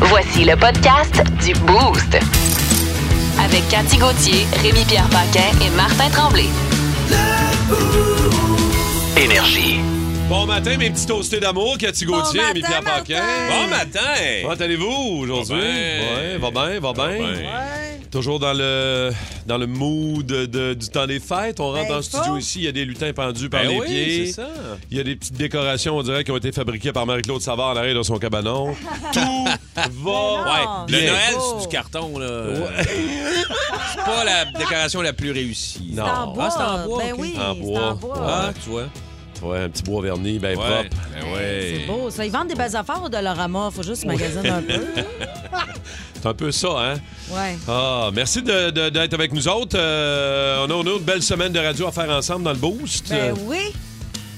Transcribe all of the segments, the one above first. Voici le podcast du Boost. Avec Cathy Gauthier, Rémi-Pierre Paquin et Martin Tremblay. Énergie. Bon matin, mes petits toastés d'amour, Cathy Gauthier et Pierre Paquin. Bon Bon matin! Comment allez-vous aujourd'hui? Ben. Ouais, va bien, va bien. Toujours dans le dans le mood de- du temps des fêtes. On rentre Ben, dans le studio pas. ici, il y a des lutins pendus par Ben les oui, pieds. c'est ça. Il y a des petites décorations, on dirait, qui ont été fabriquées par Marie-Claude Savard en arrière de son cabanon. Tout va non. Ouais, bien. le Noël, c'est du carton, là. Euh, c'est pas la décoration la plus réussie. Non. C'est en bois. Ah, c'est en bois, Ben ok. oui, c'est En bois. en bois. Ah, tu vois. Ouais, un petit bois verni, bien Ouais. propre. Ben ouais. C'est beau, ça. Ils vendent des belles affaires au Dollarama. Faut juste magasiner un peu. C'est un peu ça, hein? Ouais. Ah, merci de- de- d'être avec nous autres. Euh, on, a, on a une belle semaine de radio à faire ensemble dans le boost. Ben oui.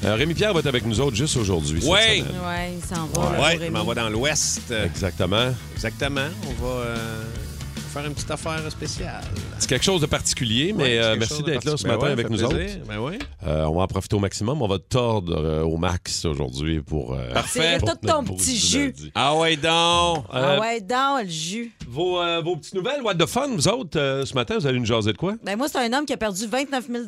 Euh, Rémi-Pierre va être avec nous autres juste aujourd'hui. cette Ouais. semaine. Ouais, il s'en va. là, Ouais, on pour Rémi. m'en va dans l'Ouest. Exactement. Exactement. On va euh, faire une petite affaire spéciale. C'est quelque chose de particulier, mais Ouais, euh, quelque merci chose de d'être là ce particulier. matin Ben ouais, avec fait nous plaisir. autres. Ben ouais. Euh, on va en profiter au maximum. On va te tordre euh, au max aujourd'hui pour. euh, Parfait. pour Tout notre ton boost petit du jus. lundi. Ah ouais, donc. Ah ouais, dans le jus. Euh, Vos, euh, vos petites nouvelles, what the fun, vous autres, euh, ce matin, vous allez nous jaser de quoi? Ben moi, c'est un homme qui a perdu 29 000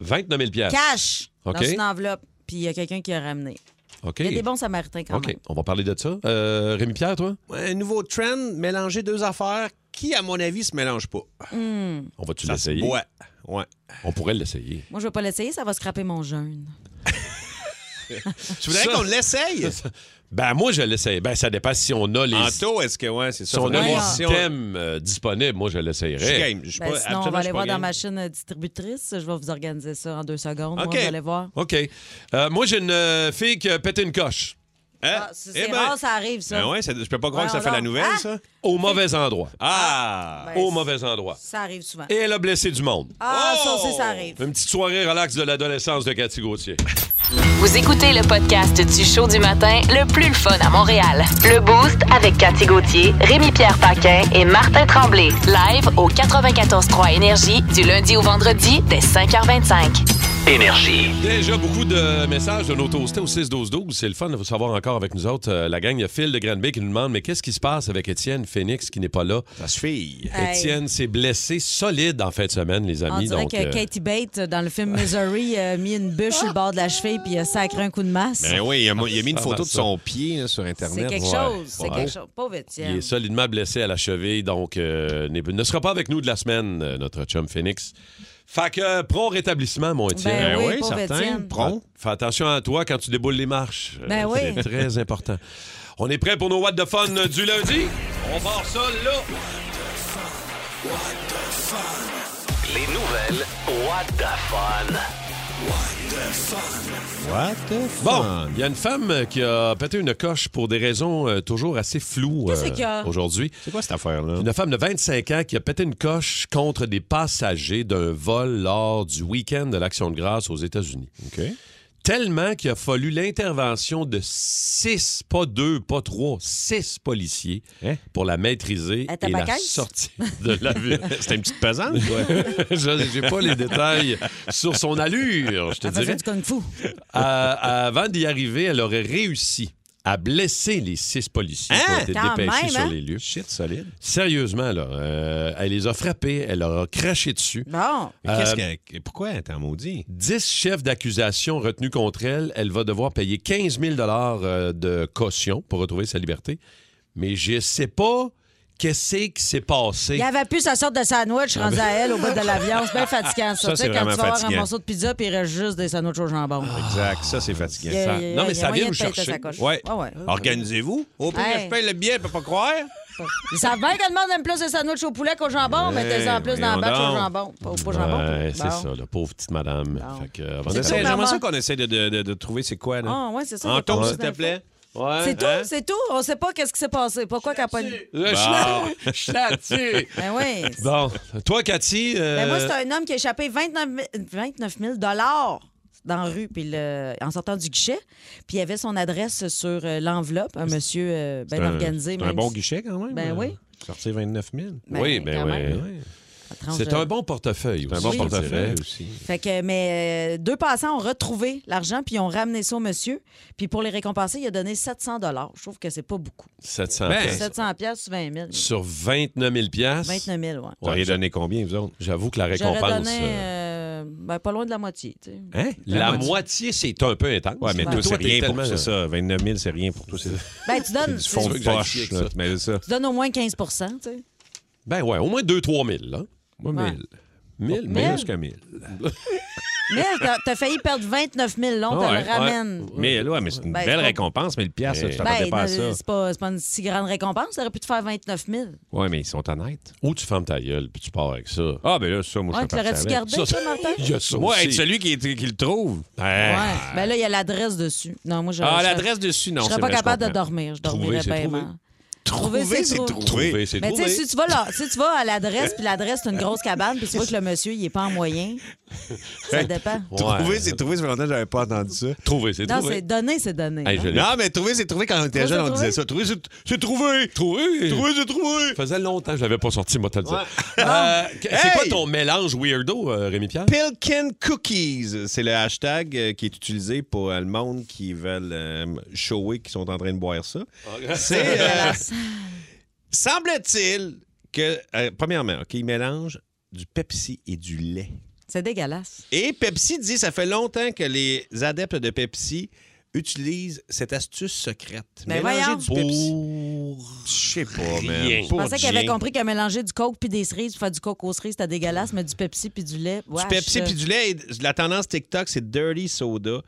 29 000 piastres. cash OK. dans une enveloppe. Puis il y a quelqu'un qui a ramené. OK. Il y a des bons samaritains quand OK, même. on va parler de ça. Euh, Rémi-Pierre, toi, Un nouveau trend, mélanger deux affaires qui, à mon avis, se mélangent pas. on va-tu Ça se l'essayer? boit. Ouais. On pourrait l'essayer. Hmm. Moi, je vais pas l'essayer, ça va scraper mon jeûne. Tu voudrais Ça- qu'on l'essaye? Ben, moi, je l'essaye. Ben, ça dépend si on a les, Anto, est-ce que, ouais, c'est si ça. on a faudrait les voir si on- systèmes euh, disponibles. Moi, je Je suis l'essayerais. game. Je suis Ben, pas- sinon, on absolument, va je aller suis voir pas dans game. ma chaîne euh, distributrice. Je vais vous organiser ça en deux secondes. OK. On va aller voir. OK. Euh, moi, j'ai une euh, fille qui a pété une coche. Hein? Ah, c'est Eh c'est ben- rare, ça arrive, ça. Ben ouais, ça- je peux pas croire que ça fait la Voyons donc. nouvelle, Ah! ça. Au mauvais endroit. Ah! Ben, Au mauvais endroit. Ça arrive souvent. Et elle a blessé du monde. Ah, ça Oh! aussi, ça arrive. Une petite soirée relax de l'adolescence de Cathy Gauthier. Vous écoutez le podcast du show du matin le plus le fun à Montréal. Le Boost avec Cathy Gauthier, Rémi-Pierre Paquin et Martin Tremblay. Live au 94.3 Énergie du lundi au vendredi dès 5h25. Énergie. Déjà beaucoup de messages de nos toastés au 6-12-12. C'est le fun de vous savoir encore avec nous autres. Euh, la gang, il y a Phil de Granby qui nous demande mais qu'est-ce qui se passe avec Étienne Phoenix qui n'est pas là? Ça suffit. Hey. Étienne s'est blessé solide en fin de semaine, les On amis. dirait donc, que euh, Katie Bates, dans le film Misery, a mis une bûche sur le bord de la cheville puis a sacré un coup de masse. Ben oui, il a, il a mis une Ah, photo de ça. son pied là, sur c'est Internet. quelque Ouais. chose. C'est ouais. quelque chose. Pauvre Étienne. Il est solidement blessé à la cheville, donc euh, n'est- ne sera pas avec nous de la semaine, euh, notre chum Phoenix. Fait que euh, prompt rétablissement, mon Étienne. Ben oui, oui, pauvre certain. Étienne. Prompt. Fais attention à toi quand tu déboules les marches. Euh, Ben oui. C'est très important. On est prêt pour nos What the Fun du lundi? On part ça là! Les nouvelles. What the fun. What the Bon, fun? il y a une femme qui a pété une coche pour des raisons euh, toujours assez floues euh, Qu'est-ce qu'il y a? aujourd'hui. C'est quoi cette affaire-là? Une femme de 25 ans qui a pété une coche contre des passagers d'un vol lors du week-end de l'Action de grâce aux États-Unis. OK. Tellement qu'il a fallu l'intervention de six, pas deux, pas trois, six policiers Hein? pour la maîtriser Elle était et la bacaise? sortir de la ville. C'était une petite pesante? Je n'ai pas les détails sur son allure, je te Elle dirais. faisait du kung fu. Euh, avant d'y arriver, elle aurait réussi à blesser les six policiers qui ont Hein? été Quand dépêchés même, sur hein? les lieux. Shit, solide. Sérieusement, là, euh, elle les a frappés, elle leur a craché dessus. Bon. Mais qu'est-ce Euh, que- Pourquoi elle t'en maudit? 10 chefs d'accusation retenus contre elle. Elle va devoir payer 15 000 euh, de caution pour retrouver sa liberté. Mais je sais pas qu'est-ce qui s'est Il passé. n'y avait plus sa sorte de sandwich rendu à elle au bout de l'avion. C'est bien Ah, ben- fatigant, ça. Ça, Tu sais, c'est quand vraiment tu vas avoir un fatigant. Ah. morceau de pizza puis il reste juste des sandwichs au jambon. Exact, ça, c'est fatigant. Yeah, ça- yeah, non, mais yeah, ça y vient a moyen nous de payer chercher. ta sacoche. Ouais. Ah ouais. Organisez-vous. Au pire, Hey. je paye le billet, elle peut pas croire. Ils savent bien que le monde aime plus les sandwichs au poulet qu'au jambon. mais Mettez-en plus dans voyons la batch au donc. jambon. Pas, pas au jambon. Ouais, Bon. c'est ça, la pauvre petite madame. Bon. Fait que, avant euh, On de- essaie- vraiment- J'aimerais ça qu'on essaie de, de- de- de trouver c'est quoi. Là. Ah, ouais, c'est ça. il y a Anton, pas s'il te d'infos. plaît. Ouais, c'est tout, hein? c'est tout. On sait pas qu'est-ce qui s'est passé. Pourquoi qu'elle a pas... Là, je suis là- Je suis là-dessus. Ben oui. Bon, toi, Cathy. euh, Ben moi, c'est un homme qui a échappé 29 000 29 000 dans la rue, puis le- en sortant du guichet. Puis il avait son adresse sur euh, l'enveloppe, un monsieur euh, bien un- organisé. c'est un même bon si- guichet quand même. euh, euh, Ben oui. Sortir 29 000. oui, ben, ben quand même. oui. Ouais. Ça tranche, C'est euh, un bon portefeuille. C'est un aussi, bon je portefeuille dirais. aussi. Fait que, mais euh, deux passants ont retrouvé l'argent, puis ils ont ramené ça au monsieur. Puis pour les récompenser, il a donné 700 Je trouve que c'est pas beaucoup. 700 Ben, piastres. 700 pièces sur 20 000. Sur 29 000 piastres, 29 000, ouais. Vous auriez donné combien, vous autres? j'avoue que la J'aurais récompense... donné euh, euh, ben, pas loin de la moitié, tu sais. Hein? La moitié, c'est un peu intense. Ouais, mais Ouais. toi, c'est Toi, t'es rien pour tellement- c'est ça. 29 000, c'est rien pour toi. C'est Ben, tu donnes, du fond veux de que j'aille chier poche. avec là. ça. Mais c'est ça. tu donnes au moins 15 tu sais. Ben ouais, au moins 2-3 000. Là. Moi, Ouais. 1000. 1000, Mais Mille? jusqu'à 1000. Mais t'as t'as failli perdre 29 000 long, Ah Ouais, t'as ouais. le ramène. Mais là, mais c'est une Ben, belle c'est pas- récompense, 1000 piastres, là, tu t'attendais Ben, pas à ça. non, c'est pas, c'est pas une si grande récompense. T'aurais pu te faire 29 000. Oui, mais ils sont honnêtes. Ou tu fermes ta gueule puis tu pars avec ça. Ah, ben là, ça, moi, Ouais, je tu suis l'aurais-tu gardé, Ça, ça, Martin? Il y a ça Moi, aussi. être celui qui, est- qui le trouve. Eh. Ouais. Ah, Ben là, il y a l'adresse dessus. Non, moi, je Ah, je- l'adresse dessus, non. Je serais c'est pas vrai, capable de comprends. dormir. Je Trouver, dormirais c'est bien trouver. mal. Trouver, c'est Trouver, trouver. c'est Mais tu sais, trouvé. si tu vas là, si tu vas à l'adresse, puis l'adresse, c'est une grosse cabane, puis tu vois que le monsieur, il est pas en moyen, ça dépend. Ouais. Trouver, c'est trouver. Ça fait longtemps que j'avais pas entendu ça. Trouvé, c'est Non, trouvé. c'est donné, c'est donné. Hey, hein. je l'ai- Non, mais trouver, c'est trouver. Quand on était Trouver, jeune, c'est on disait ça. Trouver, c'est- c'est trouver. Trouvé. Trouver, c'est trouver. Ça faisait longtemps que je l'avais pas sorti, moi, te le dire. Euh, que- C'est Hey! quoi ton mélange weirdo, euh, Rémi-Pierre? Pilkin Cookies, c'est le hashtag euh, qui est utilisé pour euh, le monde qui veulent euh, shower, qui sont en train de boire ça. C'est. euh, Semble-t-il que, euh, premièrement, OK, ils mélangent du Pepsi et du lait. C'est dégueulasse. Et Pepsi dit ça fait longtemps que les adeptes de Pepsi utilisent cette astuce secrète. Ben Mélanger voyons. du Pepsi. Je sais pas, rien. man. Je Pour pensais qu'il avait rien. compris qu'à mélanger du coke puis des cerises, pour faire du coke aux cerises, c'était dégueulasse, mais du Pepsi puis du lait. Du Pepsi puis du lait. et La tendance TikTok, c'est Dirty Soda.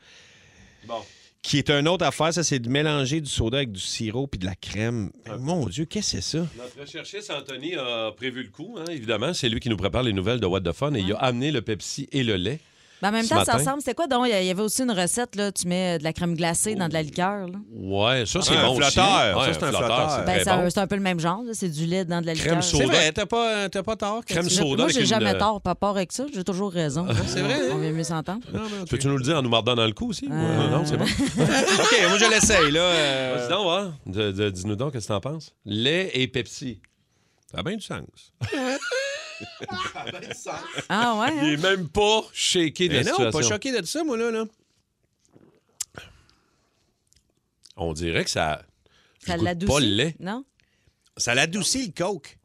Qui est une autre affaire, ça, c'est de mélanger du soda avec du sirop puis de la crème. Mais Mon Dieu, qu'est-ce que c'est ça? Notre cherchiste Anthony a prévu le coup, hein, évidemment. C'est lui qui nous prépare les nouvelles de What the Fun et il a amené le Pepsi et le lait. Ben, en même Ce temps, ça matin. ressemble. C'était quoi donc? Il y avait aussi une recette, là. Tu mets euh, de la crème glacée dans de la liqueur, là. Ouais, ça, c'est Ah, un bon aussi. flotteur. Ouais, Ça, c'est un flotteur. c'est Ben, très ça- bon. c'est un peu le même genre, là. C'est du lait dans de la liqueur. Crème soda. C'est vrai, t'as pas, euh, t'as pas tort. Crème Je- soda Moi, avec j'ai une, jamais euh, tort, pas peur avec ça. J'ai toujours raison. c'est vrai. On vient mieux s'entendre. Peux-tu nous le dire en nous mordant dans le cou Ah. aussi? Non, non, c'est bon. OK, moi, je l'essaye, là. euh. Dis donc, hein? De- de- dis-nous donc, qu'est-ce que t'en penses? Lait et Pepsi. Ça a bien du sens. Ah, ouais. hein? Il est même pas shaké de Mais la non, situation. pas choqué de ça, moi, là. là. On dirait que ça... je Ça goûte l'adoucit. Pas le lait. Non? Ça l'adoucit le coke.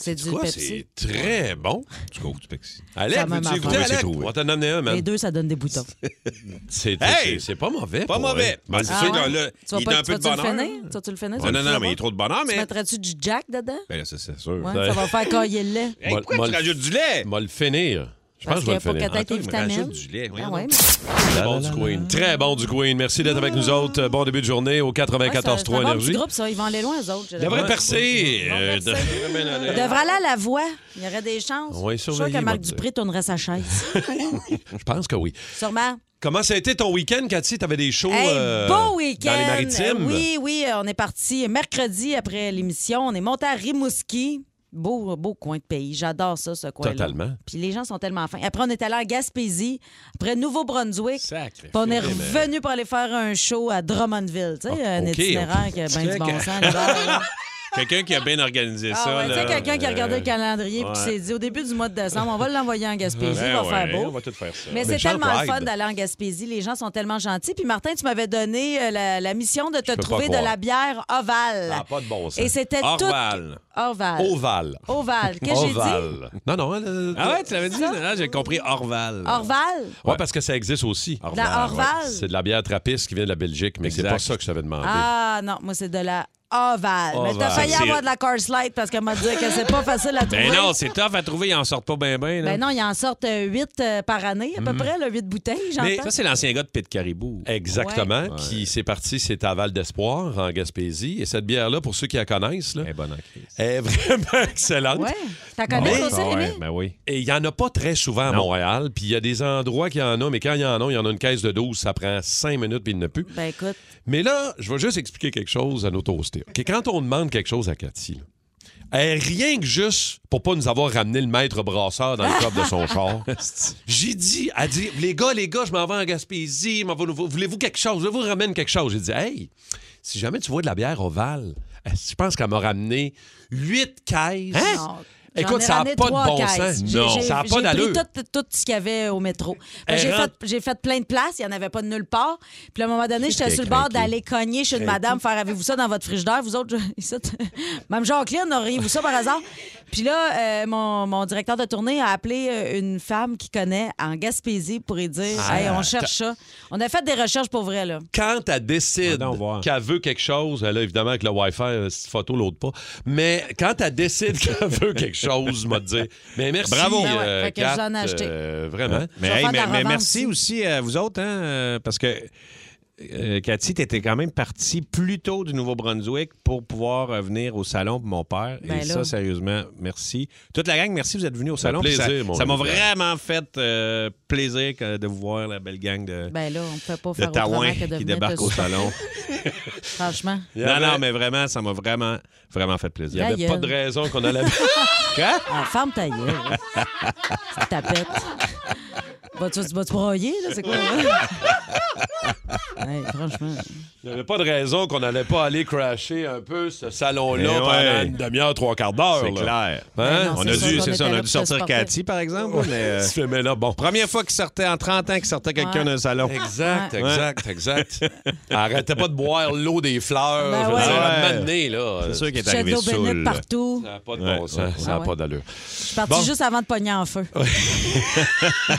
C'est du Quoi, Pepsi. c'est très bon. Du coke, du Pepsi. Ah, Allez, Ça m'a veux-tu marre. écouter, Trouvé, Alec? c'est trouvé. On va t'en amener un, man. Les deux, ça donne des boutons. C'est Hey! c'est- c'est pas mauvais. Pas pour hein. mauvais. vrai. Ben, c'est Ah sûr ouais? que là, Tu vas il pas- est un tu peu de vas-tu bonheur. le finir? Tu vas-tu le finir? Non, non, non, mais il est trop de bonheur, Tu mais. mettrais-tu du jack dedans? Ben là, ça, c'est sûr. Ouais, Ben- ça va faire cailler le lait. Hey, Mol- pourquoi mol- tu rajoutes du lait? Je vais le finir. Je pense que Parce je vais le faut finir. que t'aies tes Antoine, il rajoute vitamines. du lait, voyons Ah ouais, donc. mais- Très bon du Queen. Très bon du Queen. Merci d'être avec nous autres. Euh, Bon début de journée au Ouais, c'est un- 94 c'est un bon petit Énergie. groupe, ça. Ils vont aller loin, eux autres. j'ai Devrait l'impression. percer. euh, Ils vont percer. Ils devraient aller à la voix. Il y aurait des chances. Ouais, je suis sûr surveillez, que Marc moi, Dupré tournerait sa chaise. Je pense que oui. Sûrement. Comment ça a été ton week-end, Cathy? T'avais des shows Hey, euh, beau week-end! dans les maritimes? Oui, oui, euh, on est parti mercredi après l'émission. On est monté à Rimouski. Beau, beau coin de pays. J'adore ça, ce coin-là. Totalement. Puis les gens sont tellement fins. Après, on est allé en Gaspésie, après Nouveau-Brunswick. Puis Sacré. on est revenu pour aller faire un show à Drummondville. Tu sais, Ah, un ok. itinéraire qui a bien du bon Check. sens. l'hiver, là. Quelqu'un qui a bien organisé Ah ça. ouais, tu sais, là. euh, quelqu'un qui a regardé le calendrier puis qui ouais. s'est dit au début du mois de décembre, on va l'envoyer en Gaspésie, il Ben va ouais, faire beau. On va tout faire ça. Mais c'est Michel tellement le Pride. fun d'aller en Gaspésie. Les gens sont tellement gentils. Puis Martin, tu m'avais donné euh, la, la mission de te peux pas trouver de croire. la bière ovale. Ah, pas de bon Et sens. c'était tout Orval. ovale. Oval. Ovale. Qu'est-ce Ah, que j'ai dit? Oval. Non, non. euh, Ah ouais, tu l'avais dit? Ah, j'ai compris Orval. Orval? ouais, parce que ça existe aussi. De la Orval, ouais. Orval? C'est de la bière trappiste qui vient de la Belgique, mais c'est Exact. pas ça que je t'avais demandé. Ah non, moi c'est de la ovale. Mais t'as Ovale. failli C'est- avoir de la Cars Light parce qu'elle m'a dit que c'est pas facile à trouver. Ben non, c'est tough à trouver, ils en sortent pas bien, bien. Ben non, il en sortent 8 par année, à peu près, là, 8 bouteilles, Mais j'entends. ça, c'est l'ancien gars de Pit Caribou. Exactement. Ouais. Qui s'est parti, c'est à Val d'Espoir, en Gaspésie. Et cette bière-là, pour ceux qui la connaissent, là, Elle est bonne en crise. est vraiment excellente. Ouais. T'en connais Mais- toi aussi, Ah ouais, Rémi? ben oui. Et il n'y en a pas très souvent à Non. Montréal. Puis il y a des endroits qui en ont, mais quand il y en a, il y en a une caisse de 12, ça prend 5 minutes, puis il n'y en a plus. Ben écoute, Mais là, je vais juste expliquer quelque chose à nos toastés. OK, Quand on demande quelque chose à Cathy, là, elle, rien que juste pour pas nous avoir ramené le maître brasseur dans le coffre de son char, j'ai dit, elle dit, les gars, les gars, je m'en vais en Gaspésie, je m'en vais au- voulez-vous quelque chose? Je vous ramène quelque chose. J'ai dit, hey, si jamais tu vois de la bière ovale, je pense qu'elle m'a ramené huit caisses. non. J'en Hein? Écoute, ai ça n'a ramené pas de trois bon caisses. sens. J'ai- j'ai- ça n'a pas d'allure. J'ai pris tout, tout ce qu'il y avait au métro. Ben, Elle j'ai, rentre- fait, j'ai fait plein de places, il n'y en avait pas de nulle part. Puis à un moment donné, j'étais qu'elle sur le est bord craquée? d'aller cogner chez une madame, faire avez-vous ça dans votre frigidaire? Vous autres, je- ici, t- Mme Jacqueline, auriez-vous ça par hasard? Puis là, euh, mon, mon directeur de tournée a appelé euh, une femme qu'il connaît en Gaspésie pour lui dire Ah, Hey, on cherche ça. On a fait des recherches pour vrai, là. quand elle décide Voyons voir. qu'elle veut quelque chose, là, évidemment, avec le Wi-Fi, euh, cette photo, l'autre pas, mais quand elle décide qu'elle veut quelque chose, m'a dit, mais merci. euh, Bravo. Ben ouais, fait que Kat, j'en ai acheté. euh, vraiment. Je vais Mais, hey, faire de mais- la mais revente merci aussi. aussi à vous autres, hein, euh, parce que euh, Cathy, tu étais quand même partie plus tôt du Nouveau-Brunswick pour pouvoir euh, venir au salon pour mon père. Ben Et là. ça, sérieusement, merci. Toute la gang, merci, vous êtes venus au salon. puis plaisir, mon ça ça m'a ami. vraiment fait euh, plaisir que- de vous voir, la belle gang de, Ben là, on ne peut pas de faire autrement Taouin que de qui venir te débarque au soutenir, salon. Franchement. avait- non, non, mais vraiment, ça m'a vraiment, vraiment fait Il plaisir. n'y Ta avait gueule. pas de raison qu'on allait. Ah, ferme ta gueule. Petite tapette. Vas-tu vas te broyer, là? C'est quoi? là? Hey, franchement. Il n'y avait pas de raison qu'on n'allait pas aller crasher un peu ce salon-là Eh Oh, pendant ouais. une demi-heure, trois quarts d'heure. C'est là. Hein? clair. Ben non, on c'est a sûr dû, qu'on c'est ça, on était a là dû pour se sortir supporter. Cathy, par exemple. mais, euh, Tu fais, mais là, bon. première fois qu'il sortait en 30 ans, qu'il sortait quelqu'un Ouais. d'un salon. Exact, exact, exact. Arrêtez pas de boire l'eau des fleurs. Ben je veux ouais. dire, à un Ouais. moment donné, là. C'est sûr qu'il est J'ai de arrivé l'eau bénite saoul. partout. Ça n'a pas de Ouais, bon sens. ouais. Ça n'a Ah ouais. pas d'allure. Je suis partie Bon. juste avant de pogner en feu.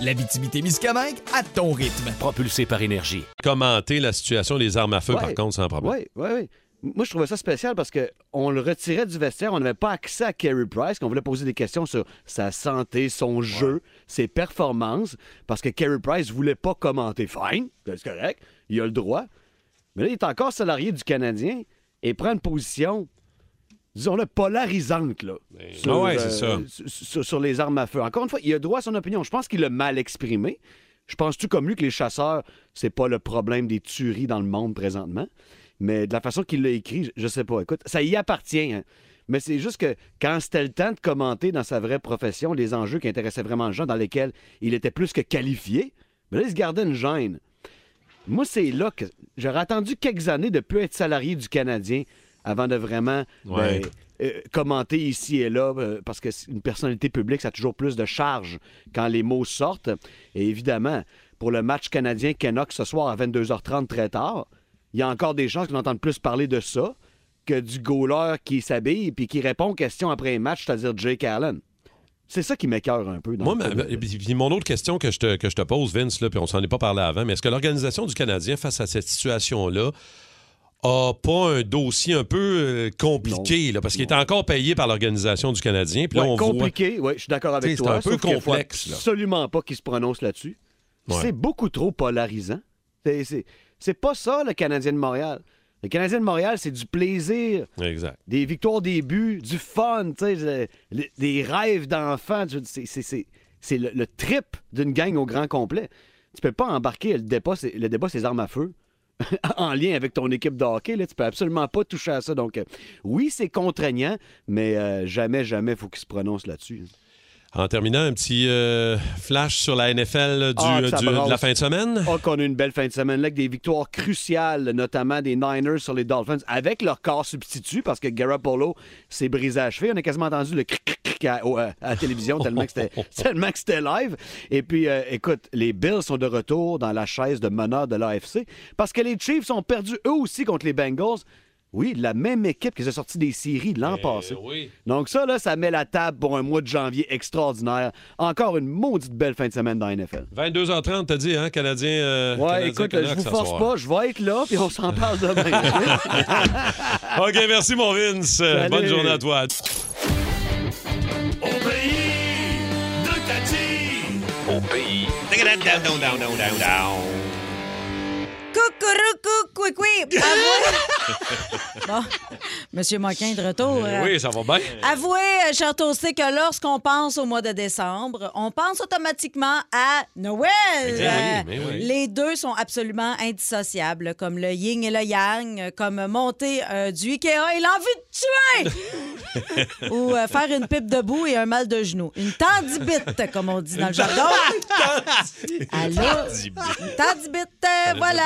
L'Abitibi-Témiscamingue à ton rythme. Propulsé par énergie. Commenter la situation des armes à feu, par contre, sans problème. Oui, oui, oui. Moi, je trouvais ça spécial parce que on le retirait du vestiaire, on n'avait pas accès à Carey Price, qu'on voulait poser des questions sur sa santé, son jeu, ses performances, parce que Carey Price voulait pas commenter. Fine, c'est correct, il a le droit. Mais là, il est encore salarié du Canadien et prend une position, disons-le, polarisante, là. Sur, Ah ouais, c'est euh, sur- sur les armes à feu. Encore une fois, il a droit à son opinion. Je pense qu'il l'a mal exprimé. Je pense tout comme lui que les chasseurs, c'est pas le problème des tueries dans le monde présentement. Mais de la façon qu'il l'a écrit, je- je sais pas. Écoute, ça y appartient. hein. Mais c'est juste que quand c'était le temps de commenter dans sa vraie profession les enjeux qui intéressaient vraiment les gens, dans lesquels il était plus que qualifié, mais là, il se gardait une gêne. Moi, c'est là que j'aurais attendu quelques années de plus être salarié du Canadien avant de vraiment Ouais. ben, euh, commenter ici et là, euh, parce que c'est une personnalité publique, ça a toujours plus de charge quand les mots sortent. Et évidemment, pour le match canadien Canucks ce soir à 22h30 très tard, il y a encore des chances qu'on entende plus parler de ça que du goaler qui s'habille et qui répond aux questions après un match, c'est-à-dire Jake Allen. C'est ça qui m'écœure un peu. dans Moi, le ma- produit. ma- puis- puis mon autre question que je te, que je te pose, Vince, là, puis on s'en est pas parlé avant, mais est-ce que l'organisation du Canadien, face à cette situation-là, a pas un dossier un peu euh, compliqué, là, parce qu'il est encore payé par l'organisation du Canadien, puis là, Ouais, on voit... compliqué, ouais, je suis d'accord avec T'sais, c'est toi. un peu sauf qu'il faut complexe, là. Absolument pas qu'il se prononce là-dessus. Ouais. C'est beaucoup trop polarisant. C'est- C'est c'est pas ça, le Canadien de Montréal. Le Canadien de Montréal, c'est du plaisir, Exact. des victoires, des buts, du fun, t'sais, le- le- des rêves d'enfants. Tu- c'est- c'est- C'est c'est le, le trip d'une gang au grand complet. Tu peux pas embarquer le débat, c'est- le débat, c'est les armes à feu. en lien avec ton équipe de hockey, là, tu peux absolument pas toucher à ça. Donc, euh, oui, c'est contraignant, mais euh, jamais, jamais, faut qu'il se prononce là-dessus. hein. En terminant, un petit euh, flash sur la NFL euh, du- Ah, que ça du- de la brasse. fin de semaine. Oh, qu'on a eu une belle fin de semaine là, avec des victoires cruciales, notamment des Niners sur les Dolphins, avec leur corps substitut, parce que Garoppolo s'est brisé à cheveux. On a quasiment entendu le cric, cric, cric à, au- euh, à la télévision, tellement que c'était tellement que c'était live. Et puis, euh, écoute, les Bills sont de retour dans la chaise de meneur de l'AFC, parce que les Chiefs ont perdu eux aussi contre les Bengals. Oui, la même équipe qui s'est sortie des séries l'an Eh passé. Donc ça, là, ça met la table pour un mois de janvier extraordinaire. Encore une maudite belle fin de semaine dans la NFL. 22h30, t'as dit, hein, Canadien... euh, Canadien Ouais, écoute, je Canucks vous ce force soir. pas, je vais être là, puis on s'en parle demain. Ah! OK, merci, mon Vince. Bonne journée à toi. Au pays Coucou, coucou, coucou. Bon, Monsieur Moquin est de retour. Oui, ça va bien. Avouez, euh, cher Toasté, que lorsqu'on pense au mois de décembre, on pense automatiquement à Noël. Exact, oui, Euh, mais oui. Les deux sont absolument indissociables, comme le yin et le yang, euh, comme monter euh, du Ikea et l'envie de tuer, ou euh, faire une pipe debout et un mal de genou. Une tendibite, comme on dit dans le jargon. Allô? Une Tendibite, euh, voilà.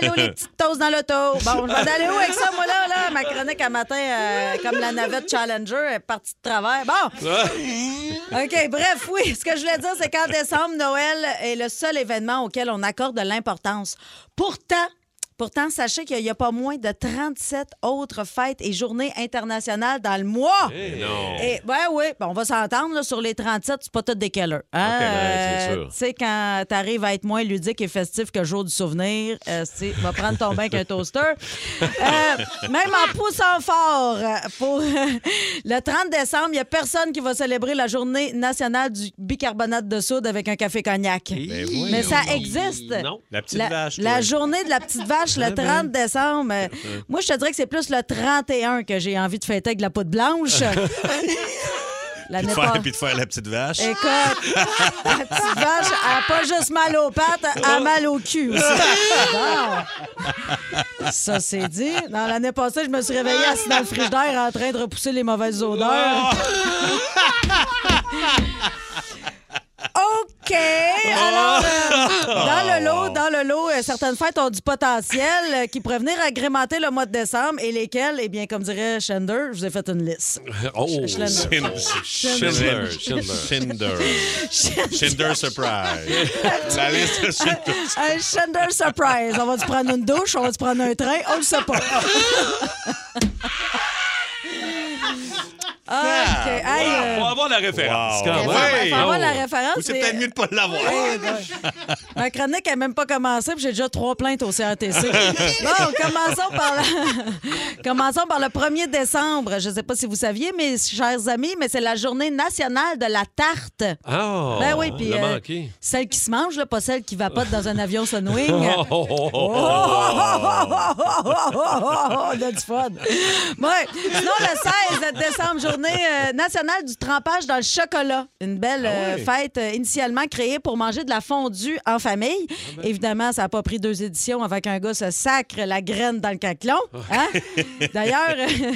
Allô, les petites toasts dans l'auto. Bon, je vais aller où avec ça, moi, là? là? Ma chronique à matin, euh, comme la navette Challenger, elle est partie de travers. Bon, Ah. OK, bref, oui. Ce que je voulais dire, c'est qu'en décembre, Noël est le seul événement auquel on accorde de l'importance. Pourtant, pourtant, sachez qu'il n'y a pas moins de 37 autres fêtes et journées internationales dans le mois. Eh, non. Et, ouais, oui. ben, on va s'entendre là, sur les 37, c'est pas tout des callers. Ok, ben, c'est Euh, sûr. Tu sais, quand t'arrives à être moins ludique et festif que jour du souvenir, euh, tu sais, va prendre ton bain avec un toaster. Euh, même en poussant fort, euh, pour le 30 décembre, il n'y a personne qui va célébrer la journée nationale du bicarbonate de soude avec un café cognac. Mais ça existe. Non, la petite La, vache. la toi. journée de la petite vache, ben. le 30 décembre. euh, Moi, je te dirais que c'est plus le 31 que j'ai envie de fêter avec de la poudre blanche. L'année pas- de faire la petite vache. Écoute, la petite vache, elle a pas juste mal aux pattes, elle a mal au cul aussi. Bon. Ça, c'est dit. Dans l'année passée, je me suis réveillée assise dans le frigidaire en train de repousser les mauvaises odeurs. OK. Alors, euh, dans le lot, dans le lot, euh, certaines fêtes ont du potentiel euh, qui pourraient venir agrémenter le mois de décembre et lesquelles, eh bien, comme dirait Schender, je vous ai fait une liste. Oh, Je- je l'aime. Schindler. Schindler. Schindler. Cinder. Cinder Surprise. La liste de Cinder. Un Schindler surprise. On va se prendre une douche, on va se prendre un train, on le sait pas. Ah, OK. Hey, euh, On va avoir la référence. Wow. quand il même. faut Ouais. avoir la Oh. référence. Ou c'est mais- peut-être mieux de pas l'avoir. Eh, ben, Ma chronique n'a même pas commencé, puis j'ai déjà trois plaintes au CRTC. Bon, commençons par, la- commençons par le 1er décembre. Je ne sais pas si vous saviez, mes chers amis, mais c'est la journée nationale de la tarte. Ah, Ben oui, puis le euh, manqué. celle qui se mange, là, pas celle qui va pas dans un avion Sunwing. Oh, oh, oh, oh, Oh, oh. oh, oh, oh, oh, oh, oh, on a du fun. Ouais. Sinon, le 16 décembre, journée euh, nationale du trempage dans le chocolat. Une belle euh, fête euh, initialement créée pour manger de la fondue en famille. Évidemment, ça n'a pas pris deux éditions avant qu'un gars se sacre la graine dans le caquelon. hein? D'ailleurs, euh,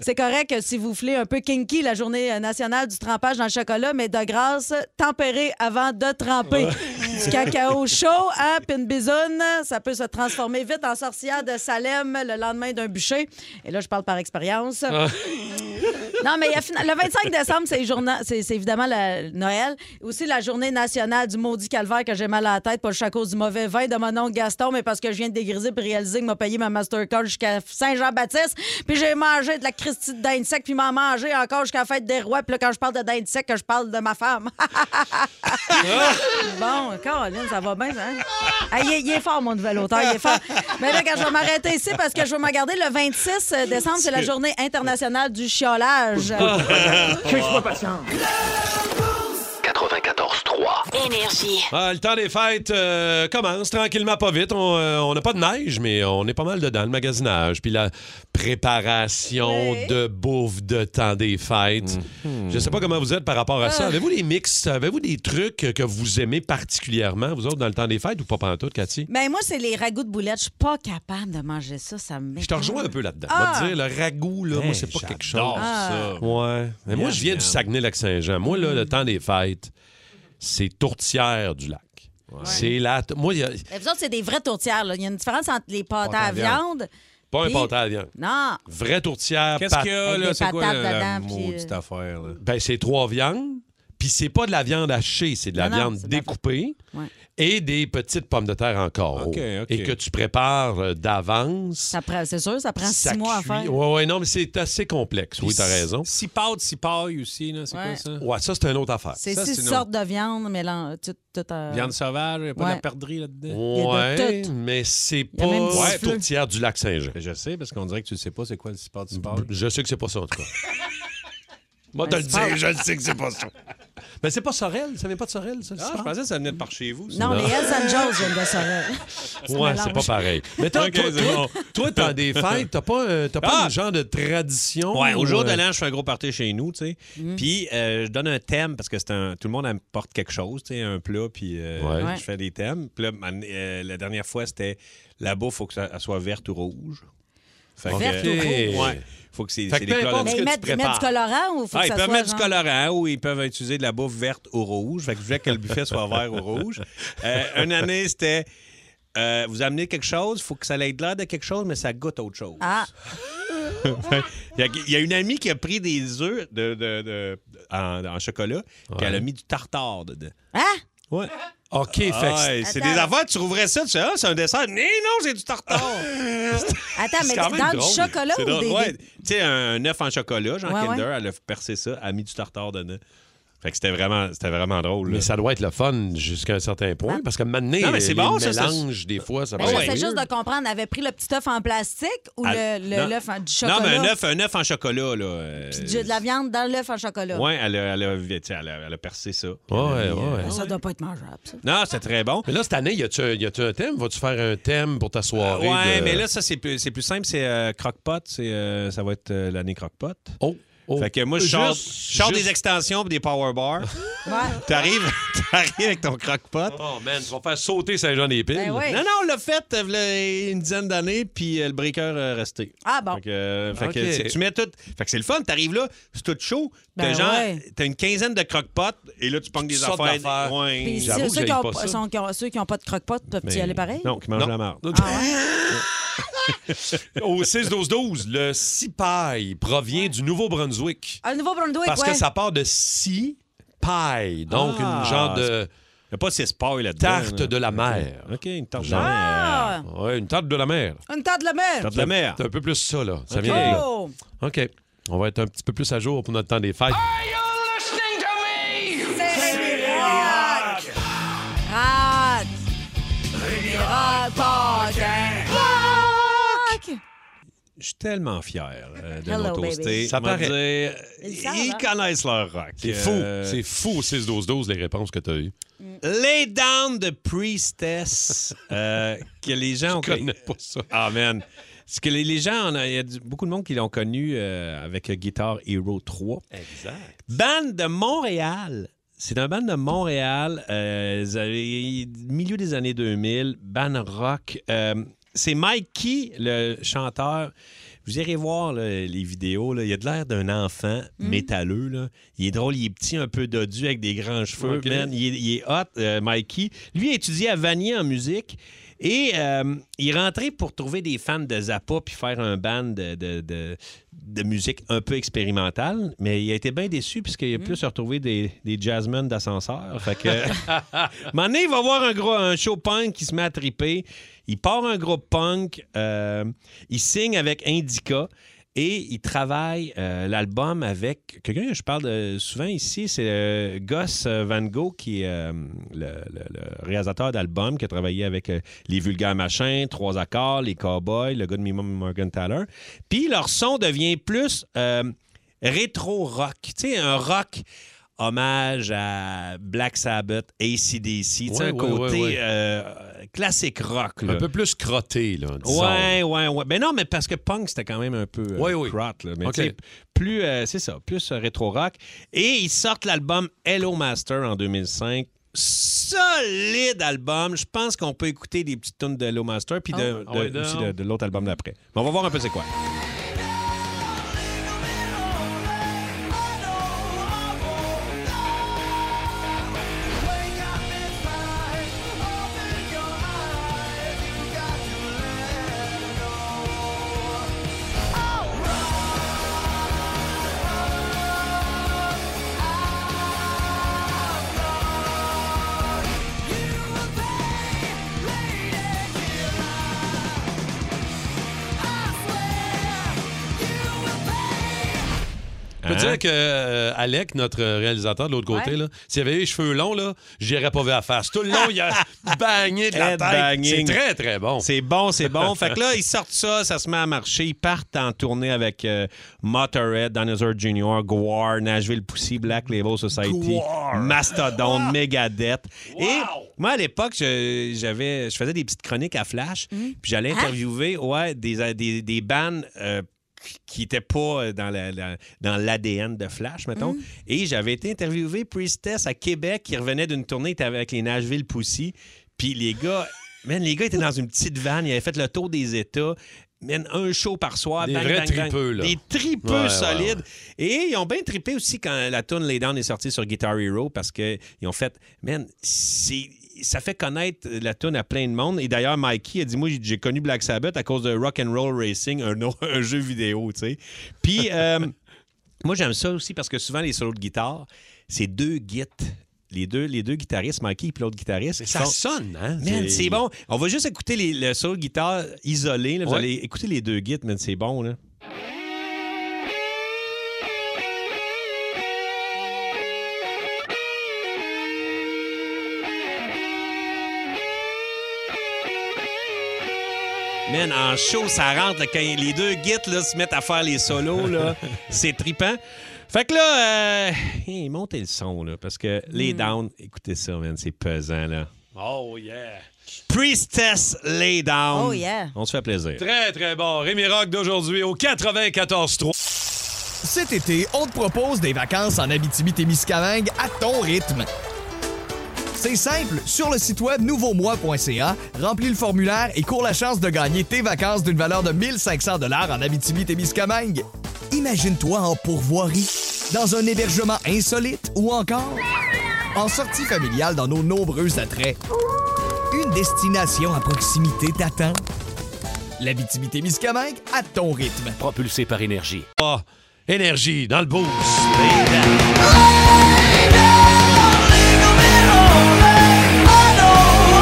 c'est correct que si vous voulez un peu kinky la journée euh, nationale du trempage dans le chocolat, mais de grâce, tempérez avant de tremper. Du cacao chaud, hein, puis une bisoune, ça peut se transformer vite en sorcière de Salem le lendemain d'un bûcher. Et là, je parle par expérience. Ah. Non, mais il y a fina- le 25 décembre, c'est, journa- c'est, c'est évidemment la- Noël. Aussi la journée nationale du maudit calvaire que j'ai mal à la tête, pas juste à cause du mauvais vin de mon oncle Gaston, mais parce que je viens de dégriser puis réaliser que m'a payé ma Mastercard jusqu'à Saint-Jean-Baptiste. Puis j'ai mangé de la Christie de dinde sec, puis m'en mangé encore jusqu'à la fête des rois. Puis là, quand je parle de dinde sec, que je parle de ma femme. bon, Caroline, ça va bien, ça. hein? Ah, il, est, il est fort, mon nouvel auteur, il est fort. Mais là, quand je vais m'arrêter ici, parce que je vais me garder le 26 décembre, c'est la journée internationale du chiolage. 94.3. Énergie. Ah, le temps des fêtes euh, commence tranquillement, pas vite. On euh, on n'a pas de neige, mais on est pas mal dedans. Le magasinage, puis la préparation Ouais. de bouffe de temps des fêtes. Mm-hmm. Je sais pas comment vous êtes par rapport à Ah. ça. Avez-vous des mix? Avez-vous des trucs que vous aimez particulièrement, vous autres, dans le temps des fêtes ou pas pantoute, Cathy? Mais Ben, moi, c'est les ragoûts de boulettes. Je suis pas capable de manger ça. Ça me Je te rejoins un peu là-dedans. Ah! Je vais te dire, le ragoût, là, moi, c'est pas quelque chose. ça. Ouais. Mais moi, Miam, je viens miam. du Saguenay-Lac-Saint-Jean. Moi, là, Mm. le temps des fêtes, c'est tourtière du lac. C'est la. t- Moi, il y a Mais Ben, vous autres, c'est des vraies tourtières. là. Il y a une différence entre les pâtes Pâtes à à viande. pas un Puis- pâté à viande. Non. Vraie tourtière. Qu'est-ce pat- qu'il y a, Avec là? des C'est quoi patates la, la dedans, puis, maudite euh, affaire, là? Ben, c'est trois viandes. Puis c'est pas de la viande hachée, c'est de la Non, non, viande c'est de la- découpée Ouais. et des petites pommes de terre encore. OK, OK. Et que tu prépares euh, d'avance. Ça prend- C'est sûr, ça prend six mois à faire. Oui, ouais, non, mais c'est assez complexe. Oui, t'as raison. Si pâte, si paille aussi, là, c'est Ouais. quoi ça? Ouais, ça, c'est une autre affaire. C'est Ça, six c'est une autre- sortes de viande mélange. Tout, tout, euh, Viande sauvage, il n'y a pas Ouais. de la perdrie là-dedans. a de Ouais, tout. mais c'est Il y a pas même du ouais, souffleux. tourtière du lac Saint-Jean. Mais Je sais, parce qu'on dirait que tu ne sais pas c'est quoi le si pâte, si paille. Je sais que c'est pas ça, en tout cas. Moi, te Ouais, le Ben, c'est dire. Je le sais que c'est pas ça. Mais Ben, c'est pas Sorel, ça vient pas de Sorel, ça, Ah, je pensais que ça venait de par chez vous. ça. Non. Non, les Hells and Joe's viennent de Sorel. Ouais, c'est pas mélange. pareil. Mais toi, Ok, toi, c'est toi, toi, t'as des fêtes, t'as pas, euh, t'as pas Ah! le genre de tradition. Ouais, au jour euh, de l'an, je fais un gros party chez nous, tu sais. Mm. Puis euh, je donne un thème parce que c'est un tout le monde apporte quelque chose, tu sais, un plat puis euh, Ouais. Ouais. je fais des thèmes. Puis là, ma- euh, la dernière fois, c'était la bouffe, faut que ça elle soit verte ou rouge. Fait que- euh, Verte ou rouge. Ouais. Faut que c'est Fait que c'est des peu plats importe là-dessus Mais que tu ils mettent, ils mettent du prépares. colorant ou faut Ah, que ils ça peuvent soit mettre genre- du colorant ou ils peuvent utiliser de la bouffe verte ou rouge. Fait que je voulais que le buffet soit vert ou rouge. Euh, une année, c'était euh, vous amenez quelque chose, faut que ça ait de l'air de quelque chose, mais ça goûte autre chose. Ah, Il y a- Il y a une amie qui a pris des œufs de, de- de- en, en chocolat, puis elle a mis du tartare dedans. hein? Ouais. OK, fait que c'est- c'est Attends. des affaires, tu rouvrais ça, tu sais, ah, c'est un dessert. Mais non, c'est du tartare. Ah. Attends, mais quand même dans drôle. du chocolat C'est ou drôle, des... ouais. des- Tu sais, un œuf en chocolat, Jean Ouais, Kinder, ouais. elle a percé ça, elle a mis du tartare dedans. Fait que c'était vraiment, c'était vraiment drôle. là. Mais ça doit être le fun jusqu'à un certain Ah. point, parce que maintenant, Non, mais c'est les bon, ça, ça- mélanges, des fois, ça peut Mais être Ben, j'essaie juste weird. de comprendre, avait pris le petit œuf en plastique ou Ah, le- le- non. l'œuf en- du Non, chocolat? mais un euh, œuf, un œuf en chocolat, là. euh, Puis du- de la viande dans l'œuf en chocolat. Ouais, elle a, elle, a, tu sais, elle, a, elle a percé ça. Puis Ouais, elle a mis, euh, ouais. Ben, Ça doit pas être mangeable, ça. Non, c'était très bon. Mais là, cette année, y a-tu un, y a-tu un thème? Vas-tu faire un thème pour ta soirée? Euh, Ouais, Ah, de- mais là, ça, c'est plus, c'est plus simple. C'est euh, croque-pot. c'est, euh, ça va être euh, l'année croque-pot. Oh, oh. Fait que moi, je sors, Juste- je sors juste- des extensions et des power bars. Ouais. T'arrives t'arrives avec ton croque-pot. Oh, man, tu vas faire sauter Saint-Jean-des-Piles. Ben oui. Non, non, on l'a fait euh, v'là une dizaine d'années, puis euh, le breaker est resté. Ah bon. Fait que, euh, fait que, Ok. c'est- tu mets tout. Fait que c'est le fun, t'arrives là, c'est tout chaud. T'as Ben genre, ouais. t'as une quinzaine de croque-pot, et là, tu pognes des Toutes sortes affaires. d'affaires. Ouais. Puis Ben, J'avoue ceux, que qui j'aille ont, pas ça. Ben, sont- qui ont- ceux qui n'ont pas de croque-pot peuvent-y aller pareil? Ah Non, qui mange la marde. Au 6-12-12, le cipaille provient du Nouveau-Brunswick. Ah, le Nouveau-Brunswick, Parce ouais. que ça part de six paille, donc Ah, une genre de Il n'y a pas ces spoils là-dedans. tarte là. de la mer. OK, une tarte de Genre. mer. Ah, Ouais, une tarte de la mer. une tarte de la mer. Tarte de la mer. C'est un peu plus ça, là. Ça Ok. vient de là. Oh! OK. On va être un petit peu plus à jour pour notre temps des fêtes. Ah! Rock! Rock podcast! Rock! Je suis tellement fier euh, de Hello, nos toastés. baby. Ça Je vais paraît. dire, Ils Ils, savent, hein? connaissent leur rock. C'est fou. Euh, C'est fou, 6-12-12, les réponses que tu as eues. Mm. Lay Down de Priestess euh, que les gens ont Je connais pas ça. Amen. Ce que les, les gens, en- il y a du- beaucoup de monde qui l'ont connu euh, avec euh, Guitar Hero 3. Exact. Band de Montréal. C'est un band de Montréal, euh, ils avaient- milieu des années 2000, band rock. Euh, c'est Mikey, le chanteur. Vous irez voir là, les vidéos. là. Il a de l'air d'un enfant Mm. métalleux. là. Il est drôle, il est petit, un peu dodu, avec des grands cheveux. Ok. man. il, est, il est hot, euh, Mikey. Lui, il a étudié à Vanier en musique. Et euh, il rentrait pour trouver des fans de Zappa puis faire un band de, de- de- de musique un peu expérimentale. Mais il a été bien déçu puisqu'il a plus retrouvé des, des jazzmen d'ascenseur. Fait que... À un moment donné, il va voir un, gros, un show punk qui se met à triper. Il part un groupe punk. euh, il signe avec Indica. Et il travaille euh, l'album avec quelqu'un que je parle de- souvent ici, c'est euh, Gus Van Gogh, qui est euh, le, le- le réalisateur d'albums, qui a travaillé avec euh, Les Vulgaires Machins, Trois Accords, Les Cowboys, le gars de Mimum Morgenthaler. Puis leur son devient plus euh, rétro-rock, tu sais, un rock hommage à Black Sabbath, ACDC, tu sais, Ouais, un ouais, côté ouais, ouais. euh, classique rock. là. Un peu plus crotté, là. disons. Hein? Ouais, ouais, ouais. Ben non, mais parce que punk, c'était quand même un peu euh, Oui, oui. crot, là. Mais OK. tu sais, plus, euh, c'est ça, plus euh, rétro-rock. Et ils sortent l'album Hello Master en 2005. Solide album. Je pense qu'on peut écouter des petites tunes de Hello Master puis de, Ah ouais, de- non. aussi de, de l'autre album d'après. Mais on va voir un peu c'est quoi. Je peux Hein? dire que euh, Alec, notre réalisateur de l'autre côté, Ouais. là, s'il avait eu les cheveux longs, là, j'irais pas vu la face. Tout le long, il a bagné de la tête. C'est Headbanging. très, très bon. C'est bon, c'est bon. fait que là, ils sortent ça, ça se met à marcher. Ils partent en tournée avec euh, Motorhead, Dinosaur Jr., Guar, Nashville Pussy, Black Label Society, Mastodon, Megadeth. Et moi, à l'époque, je, j'avais, je faisais des petites chroniques à Flash, Mm. puis Hein? j'allais interviewer ouais, des, des, des bands... euh, qui n'étaient pas euh, dans la- la- dans l'ADN de Flash, mettons. Mm. Et j'avais été interviewé Priestess à Québec qui revenait d'une tournée il était avec les Nashville Pussy. Puis les gars, man, les gars étaient dans une petite vanne, ils avaient fait le tour des États. Man, un show par soir, Des bang, vrais bang, bang. tripeux, là. Des tripeux Ouais, ouais, solides. Et ils ont bien trippé aussi quand la tune Lay Down est sortie sur Guitar Hero parce qu'ils ont fait, man, c'est- Ça fait connaître la tune à plein de monde. Et d'ailleurs, Mikey a dit Moi, j'ai- j'ai connu Black Sabbath à cause de Rock and Roll Racing, un, autre- un jeu vidéo, tu sais. Puis, euh, moi, j'aime ça aussi parce que souvent, les solos de guitare, c'est deux gits. Les deux, les deux guitaristes, Mikey et puis l'autre guitariste. qui Ça font- sonne, hein? Man, c'est bon. On va juste écouter les- le solo de guitare isolé. là. Vous Ouais. allez écouter les deux guides, man, c'est bon. Là. Man, en show, ça rentre. là, quand les deux guides là, se mettent à faire les solos, là, c'est trippant. Fait que là, euh, hey, montez le son, là, parce que les downs, écoutez ça, man, c'est pesant, là. Oh, yeah. Priestess Lay Down. Oh, yeah. On se fait plaisir. Très, très bon. Rémi Rock d'aujourd'hui au 94-3. Cet été, on te propose des vacances en Abitibi-Témiscamingue à ton rythme. C'est simple, sur le site web nouveaumois.ca, remplis le formulaire et cours la chance de gagner tes vacances d'une valeur de 1500 dollars en Abitibi-Témiscamingue. Imagine-toi en pourvoirie, dans un hébergement insolite ou encore en sortie familiale dans nos nombreux attraits. Une destination à proximité t'attend. L'Abitibi-Témiscamingue à ton rythme. Propulsé par énergie. Ah, Énergie dans le boost. Think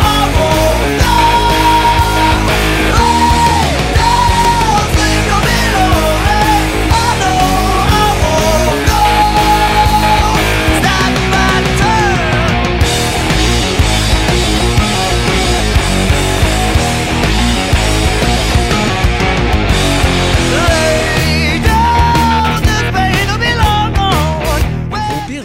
of it all, I know.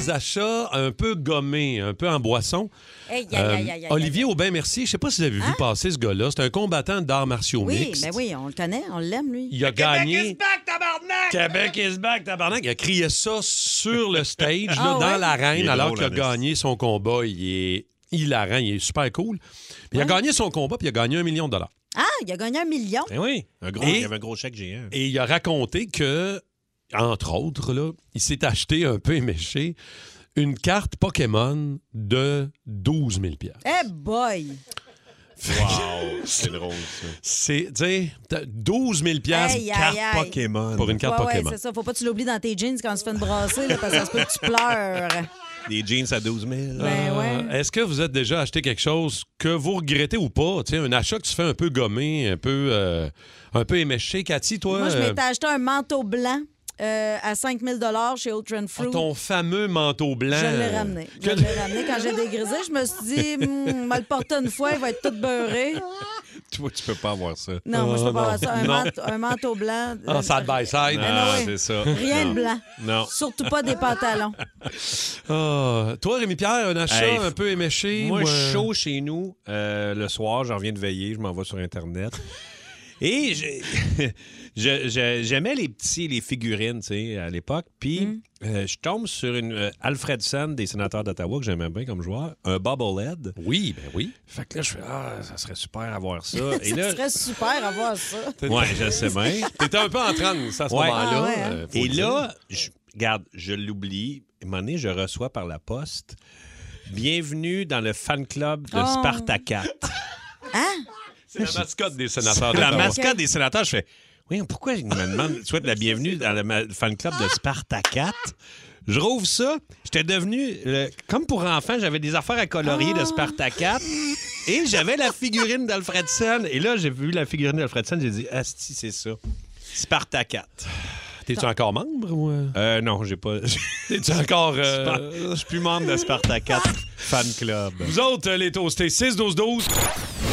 d'achat un peu gommé, un peu en boisson. Euh, Aïe, aïe, aïe, aïe, aïe, aïe. Olivier Aubin-Mercier, je sais pas si vous avez vu passer ce gars-là. C'est un combattant d'arts martiaux Oui, mixtes. ben oui, on le connaît, on l'aime, lui. Il a gagné. Québec is back, tabarnak! Il a crié ça sur le stage, là, Ah dans ouais? Il l'arène, est alors drôle, qu'il a Alex. gagné son combat. Il est hilarant, il est super cool. Il a gagné son combat, puis il a gagné un million de dollars. Ah, il a gagné un million. Ben oui. Un gros, Et- Il y avait un gros chèque géant. Et il a raconté que, entre autres, là, il s'est acheté un peu éméché une carte Pokémon de 12 000 piastres. Eh boy! Wow, c'est drôle, ça. C'est, tu sais, t'as 12 000 piastres Aïe, carte aïe, aïe. Pokémon. Pour une carte Ouais, ouais, Pokémon. c'est ça. Faut pas que tu l'oublies dans tes jeans quand tu fais une brassée, là, parce que ça se peut que tu pleures. Des jeans à 12 000. Ben ouais. Euh, Est-ce que vous êtes déjà acheté quelque chose que vous regrettez ou pas? Tu sais, un achat que tu fais un peu gommé, un peu, euh, un peu éméché. Cathy, toi, Moi, je euh, m'étais acheté un manteau blanc euh, à 5 000 chez Old Trent ah, Fruit. ton Euh, fameux manteau blanc. Je l'ai ramené. Je Que- l'ai ramené quand j'ai dégrisé. Je me suis dit, Hmm, on va le porter une fois, il va être tout beurré. Toi, tu peux pas avoir ça. Non, moi, je Oh, peux non. pas avoir ça. Un, Non. mante- un manteau blanc. En side by side. Ah, oui. c'est ça. Rien de blanc. Non. Surtout pas des pantalons. Ah, toi, Rémi-Pierre, un achat Hey, un peu éméché? Moi, ou, je euh, suis chaud chez nous euh, le soir, j'en reviens de veiller, je m'en vais sur Internet. Et je- je- je- j'aimais les petits, les figurines, tu sais, à l'époque. Puis euh, je tombe sur une euh, Alfredson des sénateurs d'Ottawa que j'aimais bien comme joueur, un bobblehead. Oui, ben oui. Fait que là, je fais ah, ça serait super avoir ça. Et Ce là, serait super à voir ça. ouais, je sais bien. T'étais un peu en transe à ce Ouais. moment-là. Ah ouais, hein? euh, faut Et le dire. là, je, regarde, je l'oublie. À un moment donné, je reçois par la poste Bienvenue dans le fan club de Oh. Spartacat. c'est la mascotte des sénateurs. la d'Ottawa. mascotte des sénateurs, je fais Oui, pourquoi il me demande souhaite la bienvenue dans le ma- fan club de Spartacat? Je rouvre ça, j'étais devenu le- comme pour enfant, j'avais des affaires à colorier de Spartacat. Et j'avais la figurine d'Alfredson. Et là, j'ai vu la figurine d'Alfredson, j'ai dit, Asti, c'est ça. Spartacat. T'es-tu encore membre? ou, euh? Euh, non, j'ai pas. T'es-tu encore... euh, Spar- Je suis plus membre de Spartacat Fan Club. Vous autres, euh, les toastés, 6-12-12.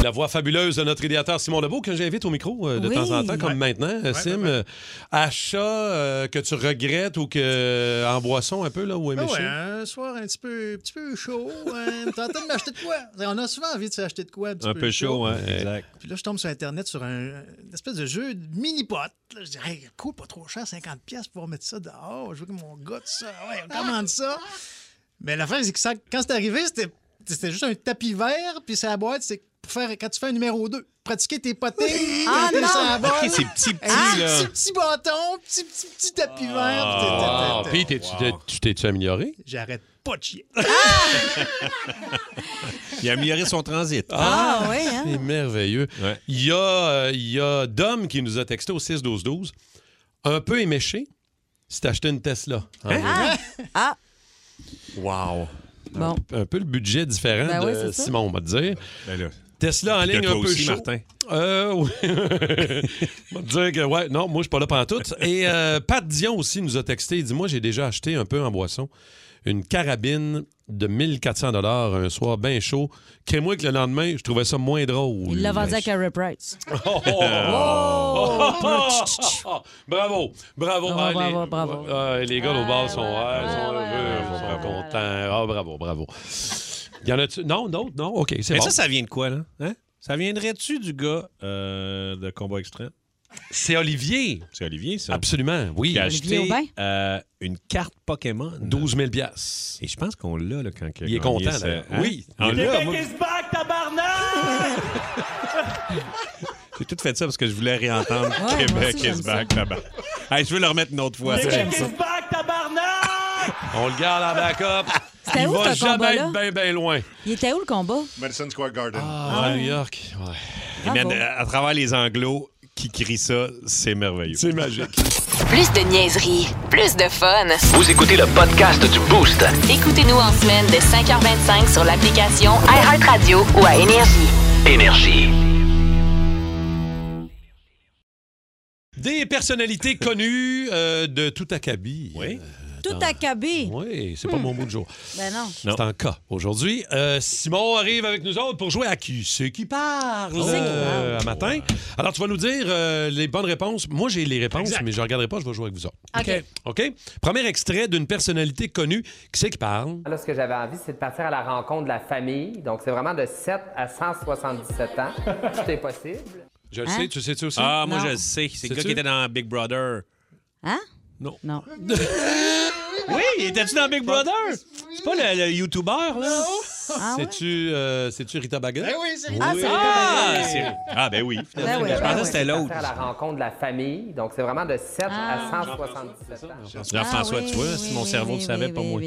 La voix fabuleuse de notre idéateur Simon Lebeau, que j'invite au micro euh, de Oui. temps en temps, comme maintenant. Euh, Sim, euh, achat euh, que tu regrettes ou que euh, en boisson un peu, là, ou Ah ouais, éméché. un soir un petit peu, un petit peu chaud, hein, tenté de m'acheter de quoi. On a souvent envie de s'acheter de quoi. Un, petit Un peu chaud, hein? Exact. Puis là, je tombe sur Internet sur un une espèce de jeu de mini-pot. Là, Je dis, hey, cool, pas trop cher, 50$ pièces pour mettre ça dehors. Je veux que mon gars, de ça. Ouais, on commande ça. Mais l'affaire, c'est que ça- quand c'est arrivé, c'était, c'était juste un tapis vert, puis c'est la boîte, c'est pour faire, quand tu fais un numéro 2, pratiquer tes potings, Ah, planter non! sur la balle. Ok, c'est petit, petit, Ah, là. petit, petit bâton, petit, petit, petit tapis Ah, vert. puis t'es- t'es- t'es- puis t'es-tu- t'es- tu t'es-tu amélioré? J'arrête pas de chier. Ah! Il a amélioré son transit. Ah, oui, hein? C'est merveilleux. Ouais. Il y, a, euh, il y a Dom qui nous a texté au 6-12-12. Un peu éméché, si t'achetais une Tesla. hein? Ah, Wow! bon. Un peu le budget différent Ben de oui, c'est ça. Simon, on va te dire. Ben là, Tesla en que ligne toi un peu aussi, chaud. Martin. Euh, oui. Je vais te dire que, ouais, non, moi, je suis pas là pendant tout. Et euh, Pat Dion aussi nous a texté. Il dit Moi, j'ai déjà acheté un peu en boisson une carabine de 1400 un soir bien chaud. Crée-moi que le lendemain, je trouvais ça moins drôle. Il l'a vendu à Carey Price. Mmh, Oh, oh, oh, oh, oh, oh, oh. Bravo, bravo. Bravo, Ah, bravo, les, bravo. Ah, les gars, au bar, sont, ouais, ah, ouais, sont ouais, heureux, ouais, sont ouais, contents. Ah, bravo, bravo. Il y en a-tu? Non, d'autres? Non? OK, c'est Mais bon. ça, ça vient de quoi, là? Hein? Ça viendrait-tu du gars euh, de Combat Extrême? C'est Olivier. C'est Olivier, ça. Absolument, oui. Qui a Olivier acheté Aubin? euh, une carte Pokémon. 12 000 piastres. Et je pense qu'on l'a, là, quand a Il est gagné content, ce- d'ailleurs. Hein? Oui. On Il l'a, moi. J'ai tout fait ça parce que je voulais réentendre moi Québec aussi, j'aime is back, tabarnak. Hey, je veux le remettre une autre fois. On le garde en backup. C'était Il où, va ce jamais combat-là? être bien, bien loin. Il était où, le combat? Madison Square Garden. Ah, à New York. ouais. Et man, Bravo. à, à travers les Anglos qui crient ça, c'est merveilleux. C'est magique. Plus de niaiserie, plus de fun. Vous écoutez le podcast du Boost. Écoutez-nous en semaine de 5h25 sur l'application iHeartRadio ou à Énergie. Énergie. Des personnalités connues euh, de tout acabit. Oui. Ah. Tout accabé. Oui, c'est pas Hmm. mon mot de jour. Ben non. C'est un cas aujourd'hui. Euh, Simon arrive avec nous autres pour jouer à qui c'est qui parle C'est qui euh, à matin. Alors, tu vas nous dire euh, les bonnes réponses. Moi, j'ai les réponses, mais je ne regarderai pas, je vais jouer avec vous autres. OK. OK? Premier extrait d'une personnalité connue. Qui c'est qui parle? Là, ce que j'avais envie, c'est de partir à la rencontre de la famille. Donc, c'est vraiment de 7 à 177 ans. Tout est possible. Je le Hein? sais, tu le sais-tu aussi? Ah, moi, Non. je le sais. C'est le gars Sais-tu? qui était dans Big Brother. Hein? Non. Non. oui, étais-tu dans Big Brother? C'est pas le, le YouTuber, là? Ah ouais? C'est-tu euh, c'est-tu Rita Baga? Eh oui, c'est Rita Ah, Baga. c'est Ah, Rita Baga. Ah, ben oui. Ben oui, Je ben pensais que oui. c'était l'autre. Partir à la rencontre de la famille. Donc, c'est vraiment de 7 à 177 ans. Jean-François, Ah tu vois, si mon cerveau le savait, pas moi.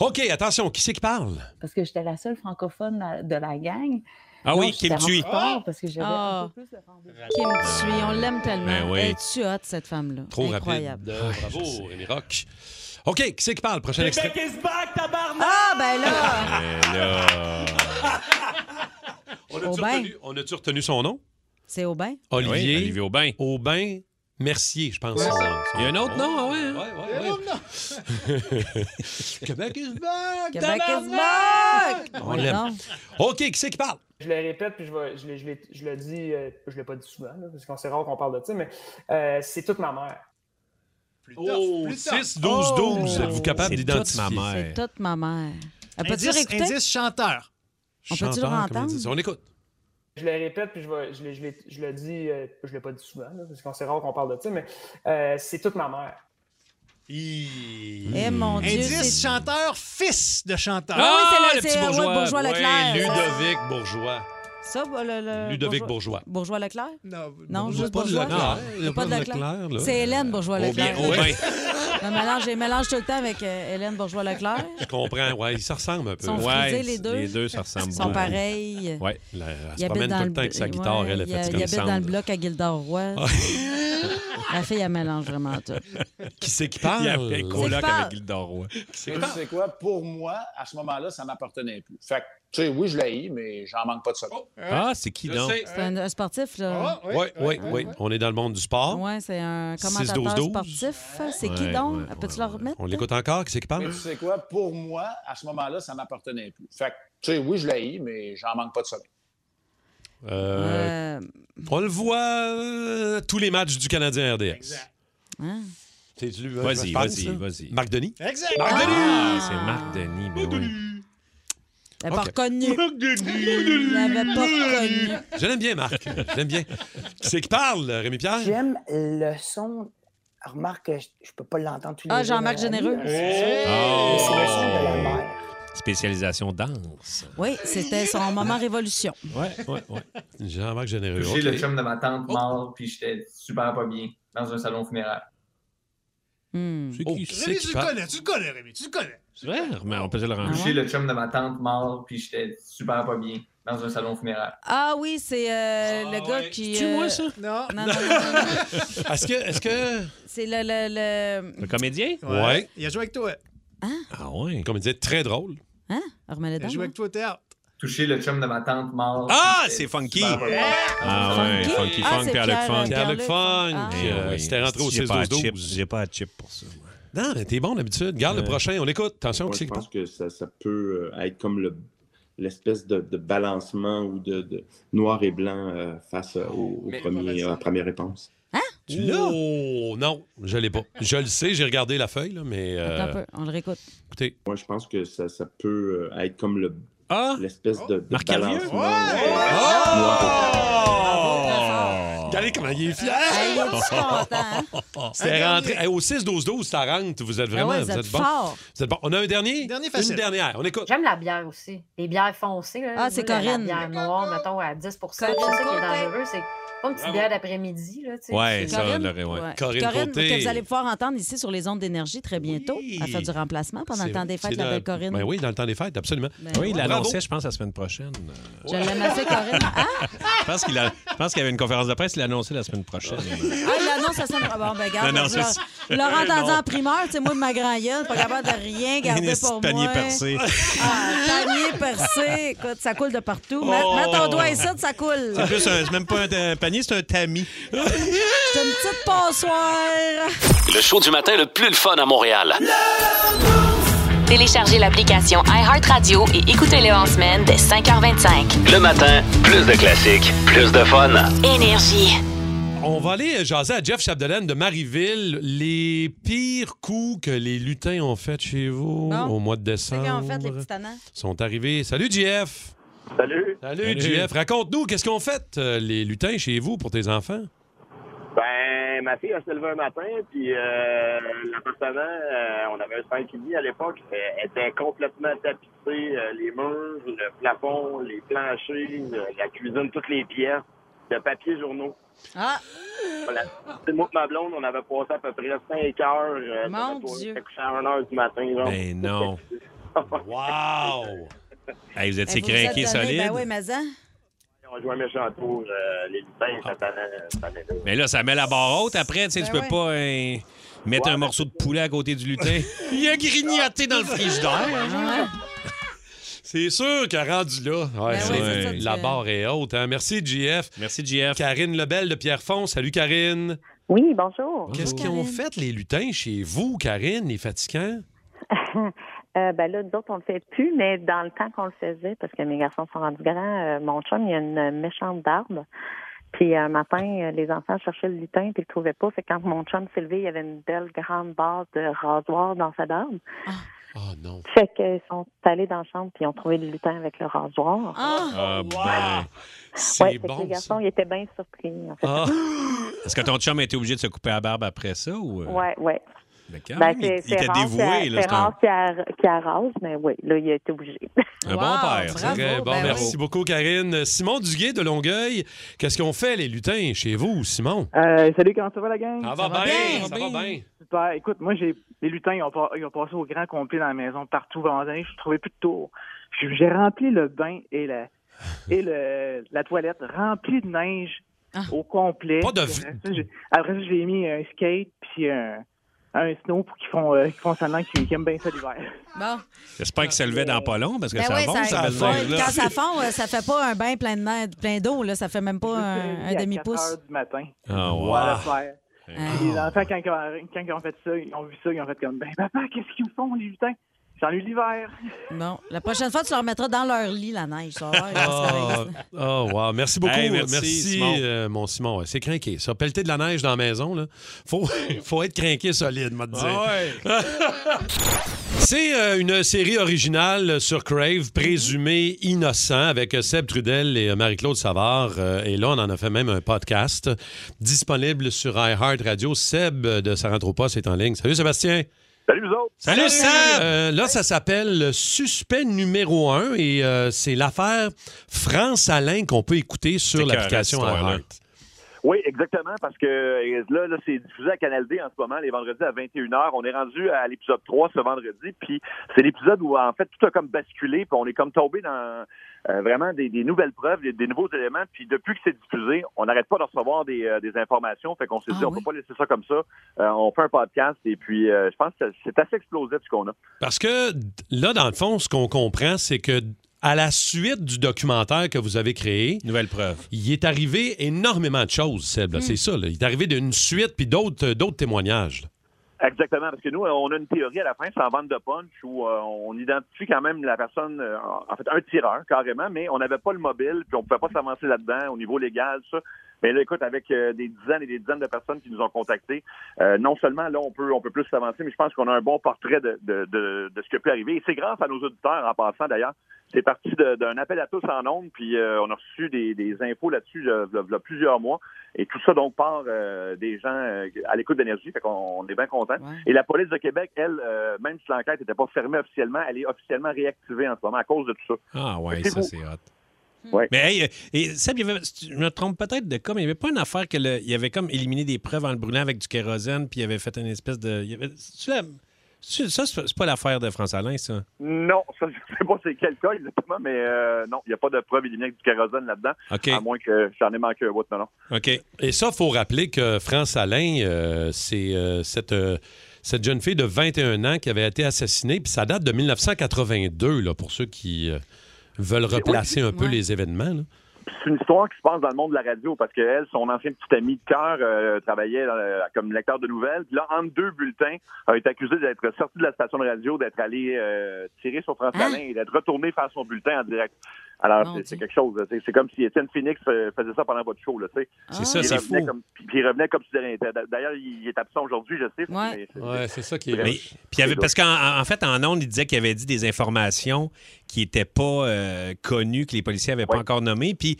OK, attention, qui c'est qui parle? parce que j'étais la seule francophone la- de la gang. Ah oui, Donc, j'étais Kim Thuy. en retard Parce que j'avais un Ah. peu plus de rendez-vous. Kim Thuy, on l'aime tellement. Ben oui. Elle est tu hot, cette femme-là. Trop Incroyable. rapide. Ah, bravo, Rémi Rock. OK, qui c'est qui parle? Prochain extrait. is back, tabarnak! Ah, ben là! Eh là. On a-tu Aubin. retenu- on a-tu retenu son nom? C'est Aubin? Olivier. Oui, Olivier Aubin. Aubin Mercier, je pense. Ouais. Ah, c'est ça. Il y a un autre nom, ah ouais, hein? ouais, ouais, Québec is back! Québec is tabarnak! back! On l'aime. OK, qui c'est qui parle? Je le répète, puis je, vais- je, l'ai- je l'ai- je le dis, euh, je l'ai pas dit souvent, là, parce qu'on sait rare qu'on parle de ça, mais euh, c'est toute ma mère. Oh, plus tough. 6, 12, 12. Oh. Êtes-vous capable C'est d'identifier? toute ma mère. C'est toute ma mère. Elle peut-tu Indice- réécouter? indice chanteur. On peut-tu le Chanteur, comme entendre? on dit. On écoute. Je le répète, puis je, vais- je l'ai- je l'ai- je le dis, euh, je l'ai pas dit souvent, là, parce qu'on sait rare qu'on parle de ça, mais euh, c'est toute ma mère. Eh mon Dieu. Indice c'est- chanteur, fils de chanteur. Ah oui, c'est le- Ah, le c'est- petit bourgeois. ouais, bourgeois Ouais, Leclerc. Ludovic Bourgeois. Ça, bah, le, le- Ludovic Bourgeois. Bourgeois Leclerc? Non, non juste pas de Bourgeois. Leclerc. Il y Il y a pas de Leclerc, là. C'est Hélène Bourgeois-Leclerc. Aubin, Aubin. Je mélange, je les mélange tout le temps avec euh, Hélène Bourgeois-Leclerc. Je comprends, ouais, ils se ressemblent un peu. Sont Euh, ouais, frisés, les deux. Les deux se ressemblent. Ils sont beaucoup. pareils. Ouais, là, elle Il se habite promène dans tout le temps avec sa bl- guitare, ouais, elle est il- fatiguée. Il habite dans le bloc à Gildor-Roy. La fille, elle mélange vraiment tout. Qui c'est qui parle? Il a fait Ah. C'est qui coloc parle? avec Gildor Roy. Mais tu sais quoi? Pour moi, à ce moment-là, ça m'appartenait plus. Fait que, tu sais, oui, je l'ai, mais j'en manque pas de ça. Oh, Ah, c'est qui, donc? C'est un, un sportif, là. Oui, oui, oui. On est dans le monde du sport. Ouais, c'est un 6-12-12. commentateur sportif. C'est qui Ouais, donc? ouais, Peux-tu le remettre? On l'écoute encore, qui c'est qui Mais parle? tu sais quoi? Pour moi, à ce moment-là, ça m'appartenait plus. Fait que, tu sais, oui, je l'ai, mais j'en manque pas de ça. Euh, On le voit euh, tous les matchs du Canadien RDS. Exact. Hein? C'est-tu lui, hein, Vas-y, je pense, vas-y, ça? vas-y. Marc Denis? Exact. Marc Ah! Denis! C'est Marc Denis, mais oui. Elle pas Ok. reconnue. Elle l'avait pas reconnue. Je l'aime bien, Marc. Je l'aime bien. Qui c'est qui parle, Rémi-Pierre? J'aime le son. Remarque que je, je peux pas l'entendre tous les Ah, jours Jean-Marc dans la vie, Généreux. hein, c'est ça. Oh! Mais C'est le son de la mer. Spécialisation danse. Oui, c'était son moment révolution. Ouais, ouais, ouais. Jean-Marc Euh, Généreux. J'ai le ok. chum de ma tante Oh. mort, puis j'étais super pas bien dans un salon funéraire. Hmm. C'est qui, c'est Rémi, qui tu le parle? connais, tu le connais, Rémi, Ben, tu le connais. C'est vrai, mais on peut se le rendre. J'ai le chum de ma tante mort, puis j'étais super pas bien dans un salon funéraire. Ah oui, c'est euh, le gars qui. C'est-tu moi, ça? Non. Non, non, non, non. Est-ce que. Est-ce que... C'est le. le, le... Le comédien? Ouais. Il a joué avec toi. Ah ouais. Comme il disait, très drôle. Hein? Remets-le Il a donc. joué avec toi au théâtre. Touché le chum de ma tante mort. Ah, puis j'étais c'est funky. super pas bien. Ah ouais, Funky Ah, Funk, c'est Pierre-Luc Pierre- Funk. Pierre-Luc Pierre-Luc Funk. Funk. puis, euh, C'était rentré au J'ai pas 6 de 12 chip, J'ai pas de chip pour ça. moi. Non, mais t'es bon d'habitude. Garde le prochain, on écoute. Attention, Moi, qui c'est Euh, je qui pense que ça, ça peut euh, être comme le- l'espèce de, de balancement ou de, de noir et blanc euh, face euh, au, au premier, à la première réponse. Tu l'as? Oh, non, je l'ai pas. Je le sais, j'ai regardé la feuille, là, mais. euh, Attends un peu, on le réécoute. écoutez. Moi, je pense que ça, ça peut euh, être comme le Ah! l'espèce de, de Marc Hervieux? balancement. euh, Regardez comment il est fier! Hey, Ah, il est-tu content, hein? C'était rentré. Hey, au 6-12-12, ça rentre. Vous êtes Ah Ben vraiment. ouais, vous vous, êtes êtes bon. fort. Vous êtes bon. On a un dernier? facile. Une dernière. On écoute. J'aime la bière aussi. Les bières foncées. là. Ah, Moi, c'est la- Corinne. La bière noire, mettons, à 10 C'est ça qui est dangereux. C'est pas une petite bière d'après-midi. là, tu sais. Ouais, C'est- ça, on l'aurait, ouais. ouais. Corinne Côté. que vous allez pouvoir entendre ici sur les ondes d'énergie très bientôt, à faire du remplacement Ah, pendant le temps des fêtes, la belle Corinne. Ben oui, dans le temps des fêtes, absolument. Ben Oui, il Bravo. l'annonçait, je pense, la semaine prochaine. Je l'aime assez, Corinne. Ah, Je pense qu'il a- je pense qu'il y avait une conférence de presse, il l'annonçait la semaine prochaine. ah il l'annonce la semaine Bon, ben, regarde. Non, non, je l'aurais- c'est- je l'aurais Non. entendu en primeur. Tu sais, moi, de ma grand gueule, pas capable de rien garder petit pour panier moi. percé. Ah, panier percé. Écoute, ça coule de partout. Mets, Oh. mets ton doigt ici, ça coule. C'est plus un- c'est même pas un, un panier panier, c'est un tamis. C'est une petite passoire. Le show du matin le plus le fun à Montréal. Téléchargez l'application iHeartRadio et écoutez-le en semaine dès 5h25. Le matin, plus de classiques, plus de fun. Énergie. On va aller jaser à Jeff Chapdelaine de Marieville les pires coups que les lutins ont fait chez vous Bon. au mois de C'est décembre. quand en fait les petits tannants. sont arrivés. Salut Jeff. Salut. Salut Jeff. Raconte-nous qu'est-ce qu'on fait euh, les lutins chez vous pour tes enfants. Ben, ma fille, elle s'est levée un matin, puis euh, l'appartement, euh, on avait un 5,5 à l'époque, euh, était complètement tapissé, euh, les murs, le plafond, les planchers, euh, la cuisine, toutes les pièces de papier journaux. Ah! Voilà. C'est moi et ma blonde, on avait passé à peu près 5 heures. euh, Mon sur la Dieu. toilette, on s'est couché à 1 heure du matin. Genre. Ben non. wow! Hey, vous Ben, étiez vous vous êtes craqués donné, solides. Ben oui, mais hein? On jouait un méchant tour, euh, les lutins, euh, ça tenait- ça tenait là. Mais là, ça met la barre haute après. Tu sais, Ben tu peux ouais. pas hein, mettre un morceau de poulet à côté du lutin. Il a grignoté dans le frigidaire. hein, C'est sûr qu'à rendu là, ouais, Ben c'est- oui, c'est ça, ouais, tu- la barre est haute. hein. Merci JF. Merci JF. Karine Lebel de Pierrefonds. Salut Karine. Oui, bonjour. Qu'est-ce qu'ils ont fait les lutins chez vous, Karine, les fatigants? Euh, ben là, nous autres, on le fait plus, mais dans le temps qu'on le faisait, parce que mes garçons sont rendus grands, euh, mon chum, il a une méchante barbe. Puis un matin, euh, les enfants cherchaient le lutin, puis ils le trouvaient pas. Fait que quand mon chum s'est levé, il y avait une belle grande barre de rasoir dans sa barbe. Ah, non. Fait qu'ils sont allés dans la chambre, puis ils ont trouvé le lutin avec le rasoir. Ah, ben, c'est Ouais, fait que bon. les garçons, ils étaient bien surpris. en fait. Ah. Est-ce que ton chum a été obligé de se couper la barbe après ça? Ou... euh? Ouais, ouais. Ben, quand Ben, même, il- c'est il c'est t'a rare dévoué. qu'il- là, c'est c'est un- rare qu'il ar- qu'il arrose, mais oui, là, il a été obligé. Un bon père. bravo, Très bon. ben Merci oui. beaucoup, Karine. Simon Duguay de Longueuil, qu'est-ce qu'on fait, les lutins, chez vous, Simon? Euh, salut, comment ça va la gang? Ah, Ça va Ça va bien, bien, ça va bien. Super. Écoute, moi, j'ai les lutins, ils ont, pas- ils ont passé au grand complet dans la maison partout pendant des années. Je trouvais plus de tour. J'ai j'ai rempli le bain et la, et le, la toilette remplie de neige Ah. au complet. Pas de Puis Après ça, j'ai- après ça, j'ai mis un skate puis un, un snow pour qu'ils font, euh, qu'ils font seulement qu'ils qu'ils aiment bien ça l'hiver. Bon. J'espère qu'il se levait dans pas long parce que Ben ça oui, va, ça belle ouais, neige-là. Quand ça fond, euh, ça fait pas un bain plein de neige- plein d'eau, là. Ça fait même pas un, à un demi-pouce. 4 heures du matin. Ah, On wow. va le faire. Puis Euh, Les enfants, quand, ils ont- quand ils ont fait ça, ils ont vu ça, ils ont fait comme, ben papa, qu'est-ce qu'ils font, les lutins? J'en ai eu l'hiver. Bon, la prochaine fois, tu leur mettras dans leur lit la neige. ça va, là, c'est Oh, correct. oh, wow. Merci beaucoup. Hey, merci, Simon. euh, mon Simon. Ouais, C'est craqué. Ça, pelleter de la neige dans la maison, là. Faut, faut être craqué solide, moi, te Ah dire. C'est euh, une série originale sur Crave, présumé innocent, avec Seb Trudel et euh, Marie-Claude Savard. Euh, et là, on en a fait même un podcast disponible sur iHeartRadio. Seb euh, de Sarantropos est en ligne. Salut, Sébastien. Salut, vous autres. Salut, Sam! là, ça s'appelle Suspect numéro 1 et euh, c'est l'affaire France Alain qu'on peut écouter sur C'est que l'application cette histoire-là. iHeart. Oui, exactement, parce que euh, là, là c'est diffusé à Canal D en ce moment, les vendredis à 21h. On est rendu à l'épisode 3 ce vendredi, puis c'est l'épisode où, en fait, tout a comme basculé, puis on est comme tombé dans euh, vraiment des, des nouvelles preuves, des, des nouveaux éléments, puis depuis que c'est diffusé, on n'arrête pas de recevoir des, euh, des informations, fait qu'on Ah s'est dit, on peut pas laisser ça comme ça. Euh, on fait un podcast, et puis euh, je pense que c'est assez explosif ce qu'on a. Parce que d- là, dans le fond, ce qu'on comprend, c'est que à la suite du documentaire que vous avez créé, nouvelle preuve, il est arrivé énormément de choses, Seb. là. C'est ça. là. Il est arrivé d'une suite puis d'autres euh, d'autres témoignages. là. Exactement, parce que nous, euh, on a une théorie à la fin, sans vente de punch, où euh, on identifie quand même la personne, euh, en fait, un tireur, carrément, mais on n'avait pas le mobile, puis on ne pouvait pas s'avancer là-dedans au niveau légal, tout ça. Mais là, écoute, avec euh, des dizaines et des dizaines de personnes qui nous ont contactés, euh, non seulement là, on peut, on peut plus s'avancer, mais je pense qu'on a un bon portrait de, de, de, de ce qui a pu arriver. Et c'est grâce à nos auditeurs, en passant d'ailleurs. C'est parti de- d'un appel à tous en ondes, puis euh, on a reçu des, des infos là-dessus euh, il y a plusieurs mois. Et tout ça, donc, part euh, des gens euh, à l'écoute d'énergie. Fait qu'on on est bien content. Et la police de Québec, elle, euh, même si l'enquête n'était pas fermée officiellement, elle est officiellement réactivée en ce moment à cause de tout ça. Ah ouais, C'est ça beau. c'est hot. Mais hey, euh, et Seb, il y avait- si tu- je me trompe peut-être de comme il n'y avait pas une affaire que le- il avait comme éliminé des preuves en le brûlant avec du kérosène, puis il avait fait une espèce de. il y avait- c'est-tu la- c'est- ça, c'est c'est pas l'affaire de France Alain, ça. Non, ça, je sais pas c'est quel cas exactement, mais euh, non, il n'y a pas de preuve éliminée avec du kérosène là-dedans. OK. À moins que j'en ai manqué un bout, non, non. OK. Et ça, il faut rappeler que France Alain, euh, c'est euh, cette, euh, cette jeune fille de 21 ans qui avait été assassinée, puis ça date de 1982, là, pour ceux qui euh, veulent replacer un peu les événements. là. Puis c'est une histoire qui se passe dans le monde de la radio parce qu'elle, son ancien petit ami de cœur, euh, travaillait euh, comme lecteur de nouvelles. Puis là, entre deux bulletins, a été accusé d'être sorti de la station de radio, d'être allé euh, tirer sur François Alain et d'être retourné faire son bulletin en direct. Alors, c'est- c'est quelque chose. là, tu sais, C'est comme si Étienne Phoenix euh, faisait ça pendant votre show. là, tu sais. C'est ça, Puis il c'est revenait fou. comme- Puis puis il revenait comme si de rien n'était. D'ailleurs, il est absent aujourd'hui, je sais. mais c'est- Ouais, c'est ça qui est Mais, louche. puis il y avait, parce qu'en en fait, en ondes, il disait qu'il avait dit des informations qui n'étaient pas euh, connues, que les policiers n'avaient pas encore nommées. Puis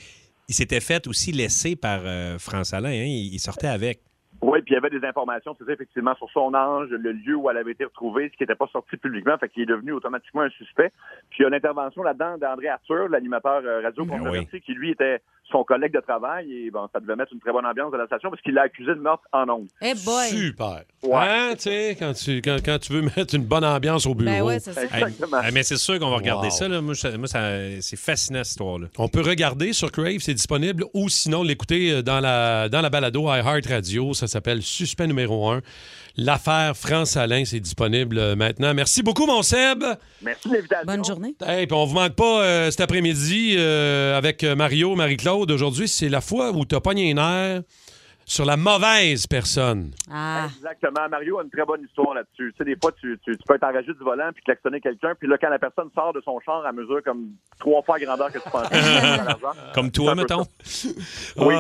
il s'était fait aussi laisser par euh, France Alain. hein. Il, il sortait avec. Oui, puis il y avait des informations, c'est ça, effectivement, sur son âge, le lieu où elle avait été retrouvée, ce qui n'était pas sorti publiquement, fait qu'il est devenu automatiquement un suspect. Puis il y a l'intervention là-dedans d'André Arthur, l'animateur euh, radio controversé, qui lui était son collègue de travail, et bon, ça devait mettre une très bonne ambiance à la station parce qu'il l'a accusé de meurtre en ondes. Eh boy! Super. Hein, tu sais, quand tu, quand, quand tu veux mettre une bonne ambiance au bureau. Ben ouais, c'est ça. Exactement. Hey, mais c'est sûr qu'on va regarder Wow. ça. là. Moi, je- moi, ça- c'est fascinant, cette histoire-là. On peut regarder sur Crave, c'est disponible, ou sinon l'écouter euh, dans la, dans la balado iHeart Radio. Ça s'appelle Suspect numéro 1. L'affaire France-Alain, c'est disponible euh, maintenant. Merci beaucoup, mon Seb. Merci de l'invitation. Bonne journée. Hey, puis on vous manque pas euh, cet après-midi euh, avec euh, Mario, Marie-Claude. Aujourd'hui, c'est la fois où t'as pogné un nerf sur la mauvaise personne. Ah. Exactement. Mario a une très bonne histoire là-dessus. Tu sais, des fois, tu, tu, tu peux être enragé du volant puis klaxonner quelqu'un, puis là, quand la personne sort de son char, à mesure comme trois fois la grandeur que tu pensais. Comme toi, mettons. Oui,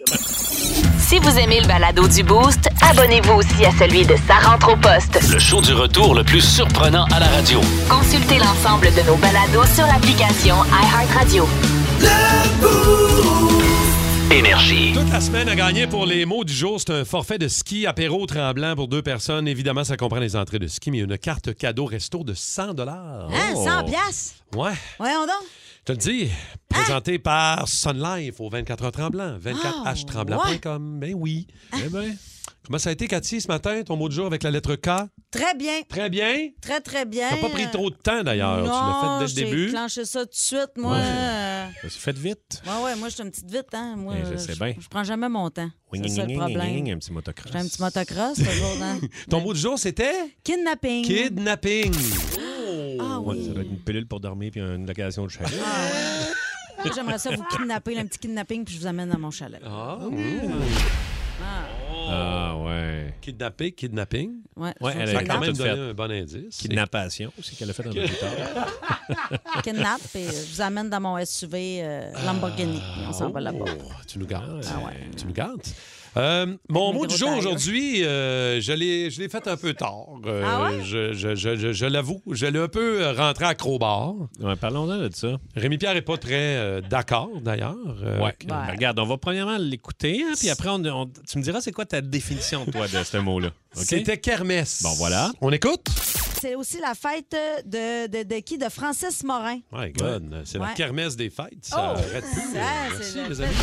Si vous aimez le balado du Boost, abonnez-vous aussi à celui de Sa rentre au poste. Le show du retour le plus surprenant à la radio. Consultez l'ensemble de nos balados sur l'application iHeartRadio. Énergie. Toute la semaine à gagner pour les mots du jour, c'est un forfait de ski apéro tremblant pour deux personnes. Évidemment, ça comprend les entrées de ski, mais il y a une carte cadeau resto de 100 dollars. Oh! Hein, 100 piastres? Ouais, Voyons donc. je te le dis, Hein? présenté par Sun Life au 24h Tremblant, 24htremblant.com. Ben oui. Ah! Eh ben. Comment ça a été, Cathy, ce matin, ton mot du jour avec la lettre K? Très bien. Très bien. Très, très bien. T'as pas pris trop de temps, d'ailleurs. Tu l'as fait dès le Euh, J'ai début. déclenché ça tout de suite, moi. Ouais. euh, Faites vite. Ouais, ouais, moi, je suis une petite vite, hein. Moi, Eh, je sais bien. Je prends jamais mon temps. C'est ça le Un problème. petit motocross. J'ai un petit motocross, toujours, hein. Ton mot du jour, c'était? Kidnapping. Oh. Kidnapping. Ah Oh. Ouais, Ça doit être une pilule pour dormir puis une location de chalet. Moi, J'aimerais ça vous kidnapper, là, un petit kidnapping, puis je vous amène à mon chalet. Ah, Ah, ouais. Oh! Kidnappé, kidnapping. Ouais, Ouais, je elle pense a que quand c'est même tout fait. donné un bon indice. Kidnappation aussi qu'elle a fait un peu plus tard. Kidnap, et je vous amène dans mon SUV euh, Lamborghini. puis on s'en va là-bas. Ah Oh, tu nous gardes. Tu nous gardes. Euh, mon mot du jour aujourd'hui, euh, je l'ai je l'ai fait un peu tard. Euh, Ah Je, je- je- je- je l'avoue, je l'ai un peu euh, rentré à crowbar. Parlons-en de ça. Rémi-Pierre n'est pas très euh, d'accord, d'ailleurs. euh, Ouais. que- Ben, Regarde, on va premièrement l'écouter, hein, puis après, on- on- tu me diras c'est quoi ta définition, toi, de ce mot-là. OK? C'était kermesse. Bon, voilà. On écoute? C'est aussi la fête de, de, de qui? De Francis Morin. My God, c'est la Ouais. kermesse des fêtes. Ça Oh! arrête plus. euh, Ça, Merci, c'est la les fête. amis.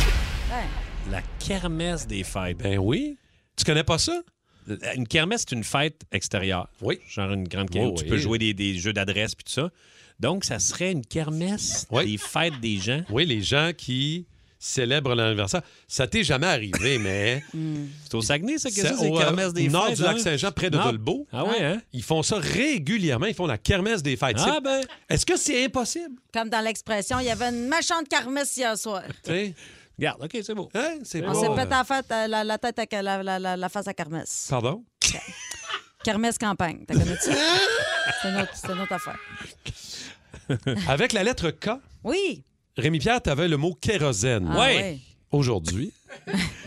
Ouais. La kermesse des fêtes. Ben oui. Tu connais pas ça? Une kermesse, c'est une fête extérieure. Oui. Genre une grande kermesse. Oh, où Tu oui. peux jouer des, des jeux d'adresse puis tout ça. Donc, ça serait une kermesse des fêtes des gens. Oui, les gens qui célèbrent l'anniversaire. Ça t'est jamais arrivé, mais. Mm. C'est au Saguenay, ça, que ça, C'est c'est au, euh, kermesse des nord fêtes. du lac hein? Saint-Jean, près de Nord- Dolbeau. Ah ouais, hein? Ils font ça régulièrement. Ils font la kermesse des fêtes. Ah C'est- ben. Est-ce que c'est impossible? Comme dans l'expression, il y avait une méchante kermesse hier soir. Tu sais? Regarde, OK, c'est beau. Hein, c'est On beau. s'est pété la, fête, euh, la, la tête à la, la- la- la face à kermesse. Pardon? Kermesse campagne, t'as connu ça? C'est une autre- c'est une autre affaire. Avec la lettre K, Oui! Rémi-Pierre, tu avais le mot kérosène. Ah, ouais. Aujourd'hui.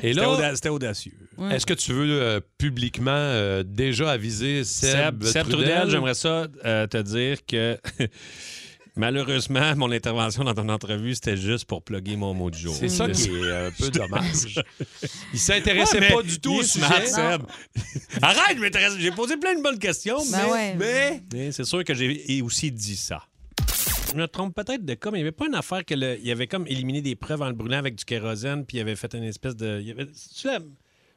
Et C'était auda- là, C'était audacieux. Ouais. est-ce que tu veux euh, publiquement euh, déjà aviser Seb, Seb, Seb Trudel, Trudel? j'aimerais ça euh, te dire que malheureusement, mon intervention dans ton entrevue, c'était juste pour plugger mon mot du jour. C'est ça qui est euh, un peu dommage. Il s'intéressait Ouais, mais pas du tout il au est sujet. smart, Seb. Arrête, je m'intéresse. J'ai posé plein de bonnes questions, Ben mais, ouais. mais- mais c'est sûr que j'ai aussi dit ça. Je me trompe peut-être de comme il n'y avait pas une affaire que le- il avait comme éliminé des preuves en le brûlant avec du kérosène, puis il avait fait une espèce de. il avait- c'est-tu la-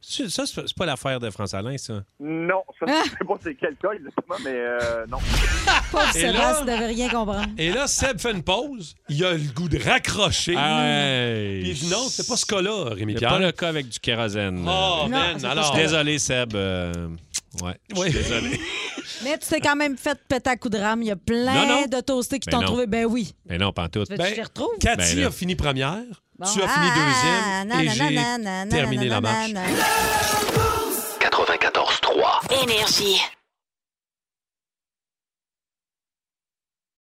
c'est- ça, c'est c'est pas l'affaire de France Alain, ça. Non, ça, je sais pas c'est quel cas exactement, mais euh, non. Pauvre Et là- Sébastien devait rien comprendre. Et là, Seb fait une pause. Il a le goût de raccrocher. Ah Puis il dit non, c'est pas ce cas-là, Rémi C'est Pierre. pas le cas avec du kérosène. Oh, Euh, man, je suis alors- Désolé, Seb. euh, ouais. je suis Désolé. Mais tu t'es quand même fait péter à coup de rame. Il y a plein Non, non. de toastés qui Mais t'ont non. trouvé. Ben oui. Mais non, pantoute. Veux-tu que je les retrouve? Cathy Ben là. a fini première. Bon. Tu as Ah, fini ah, deuxième. nanana, et j'ai nanana, terminé la nanana, marche. nanana. Énergie.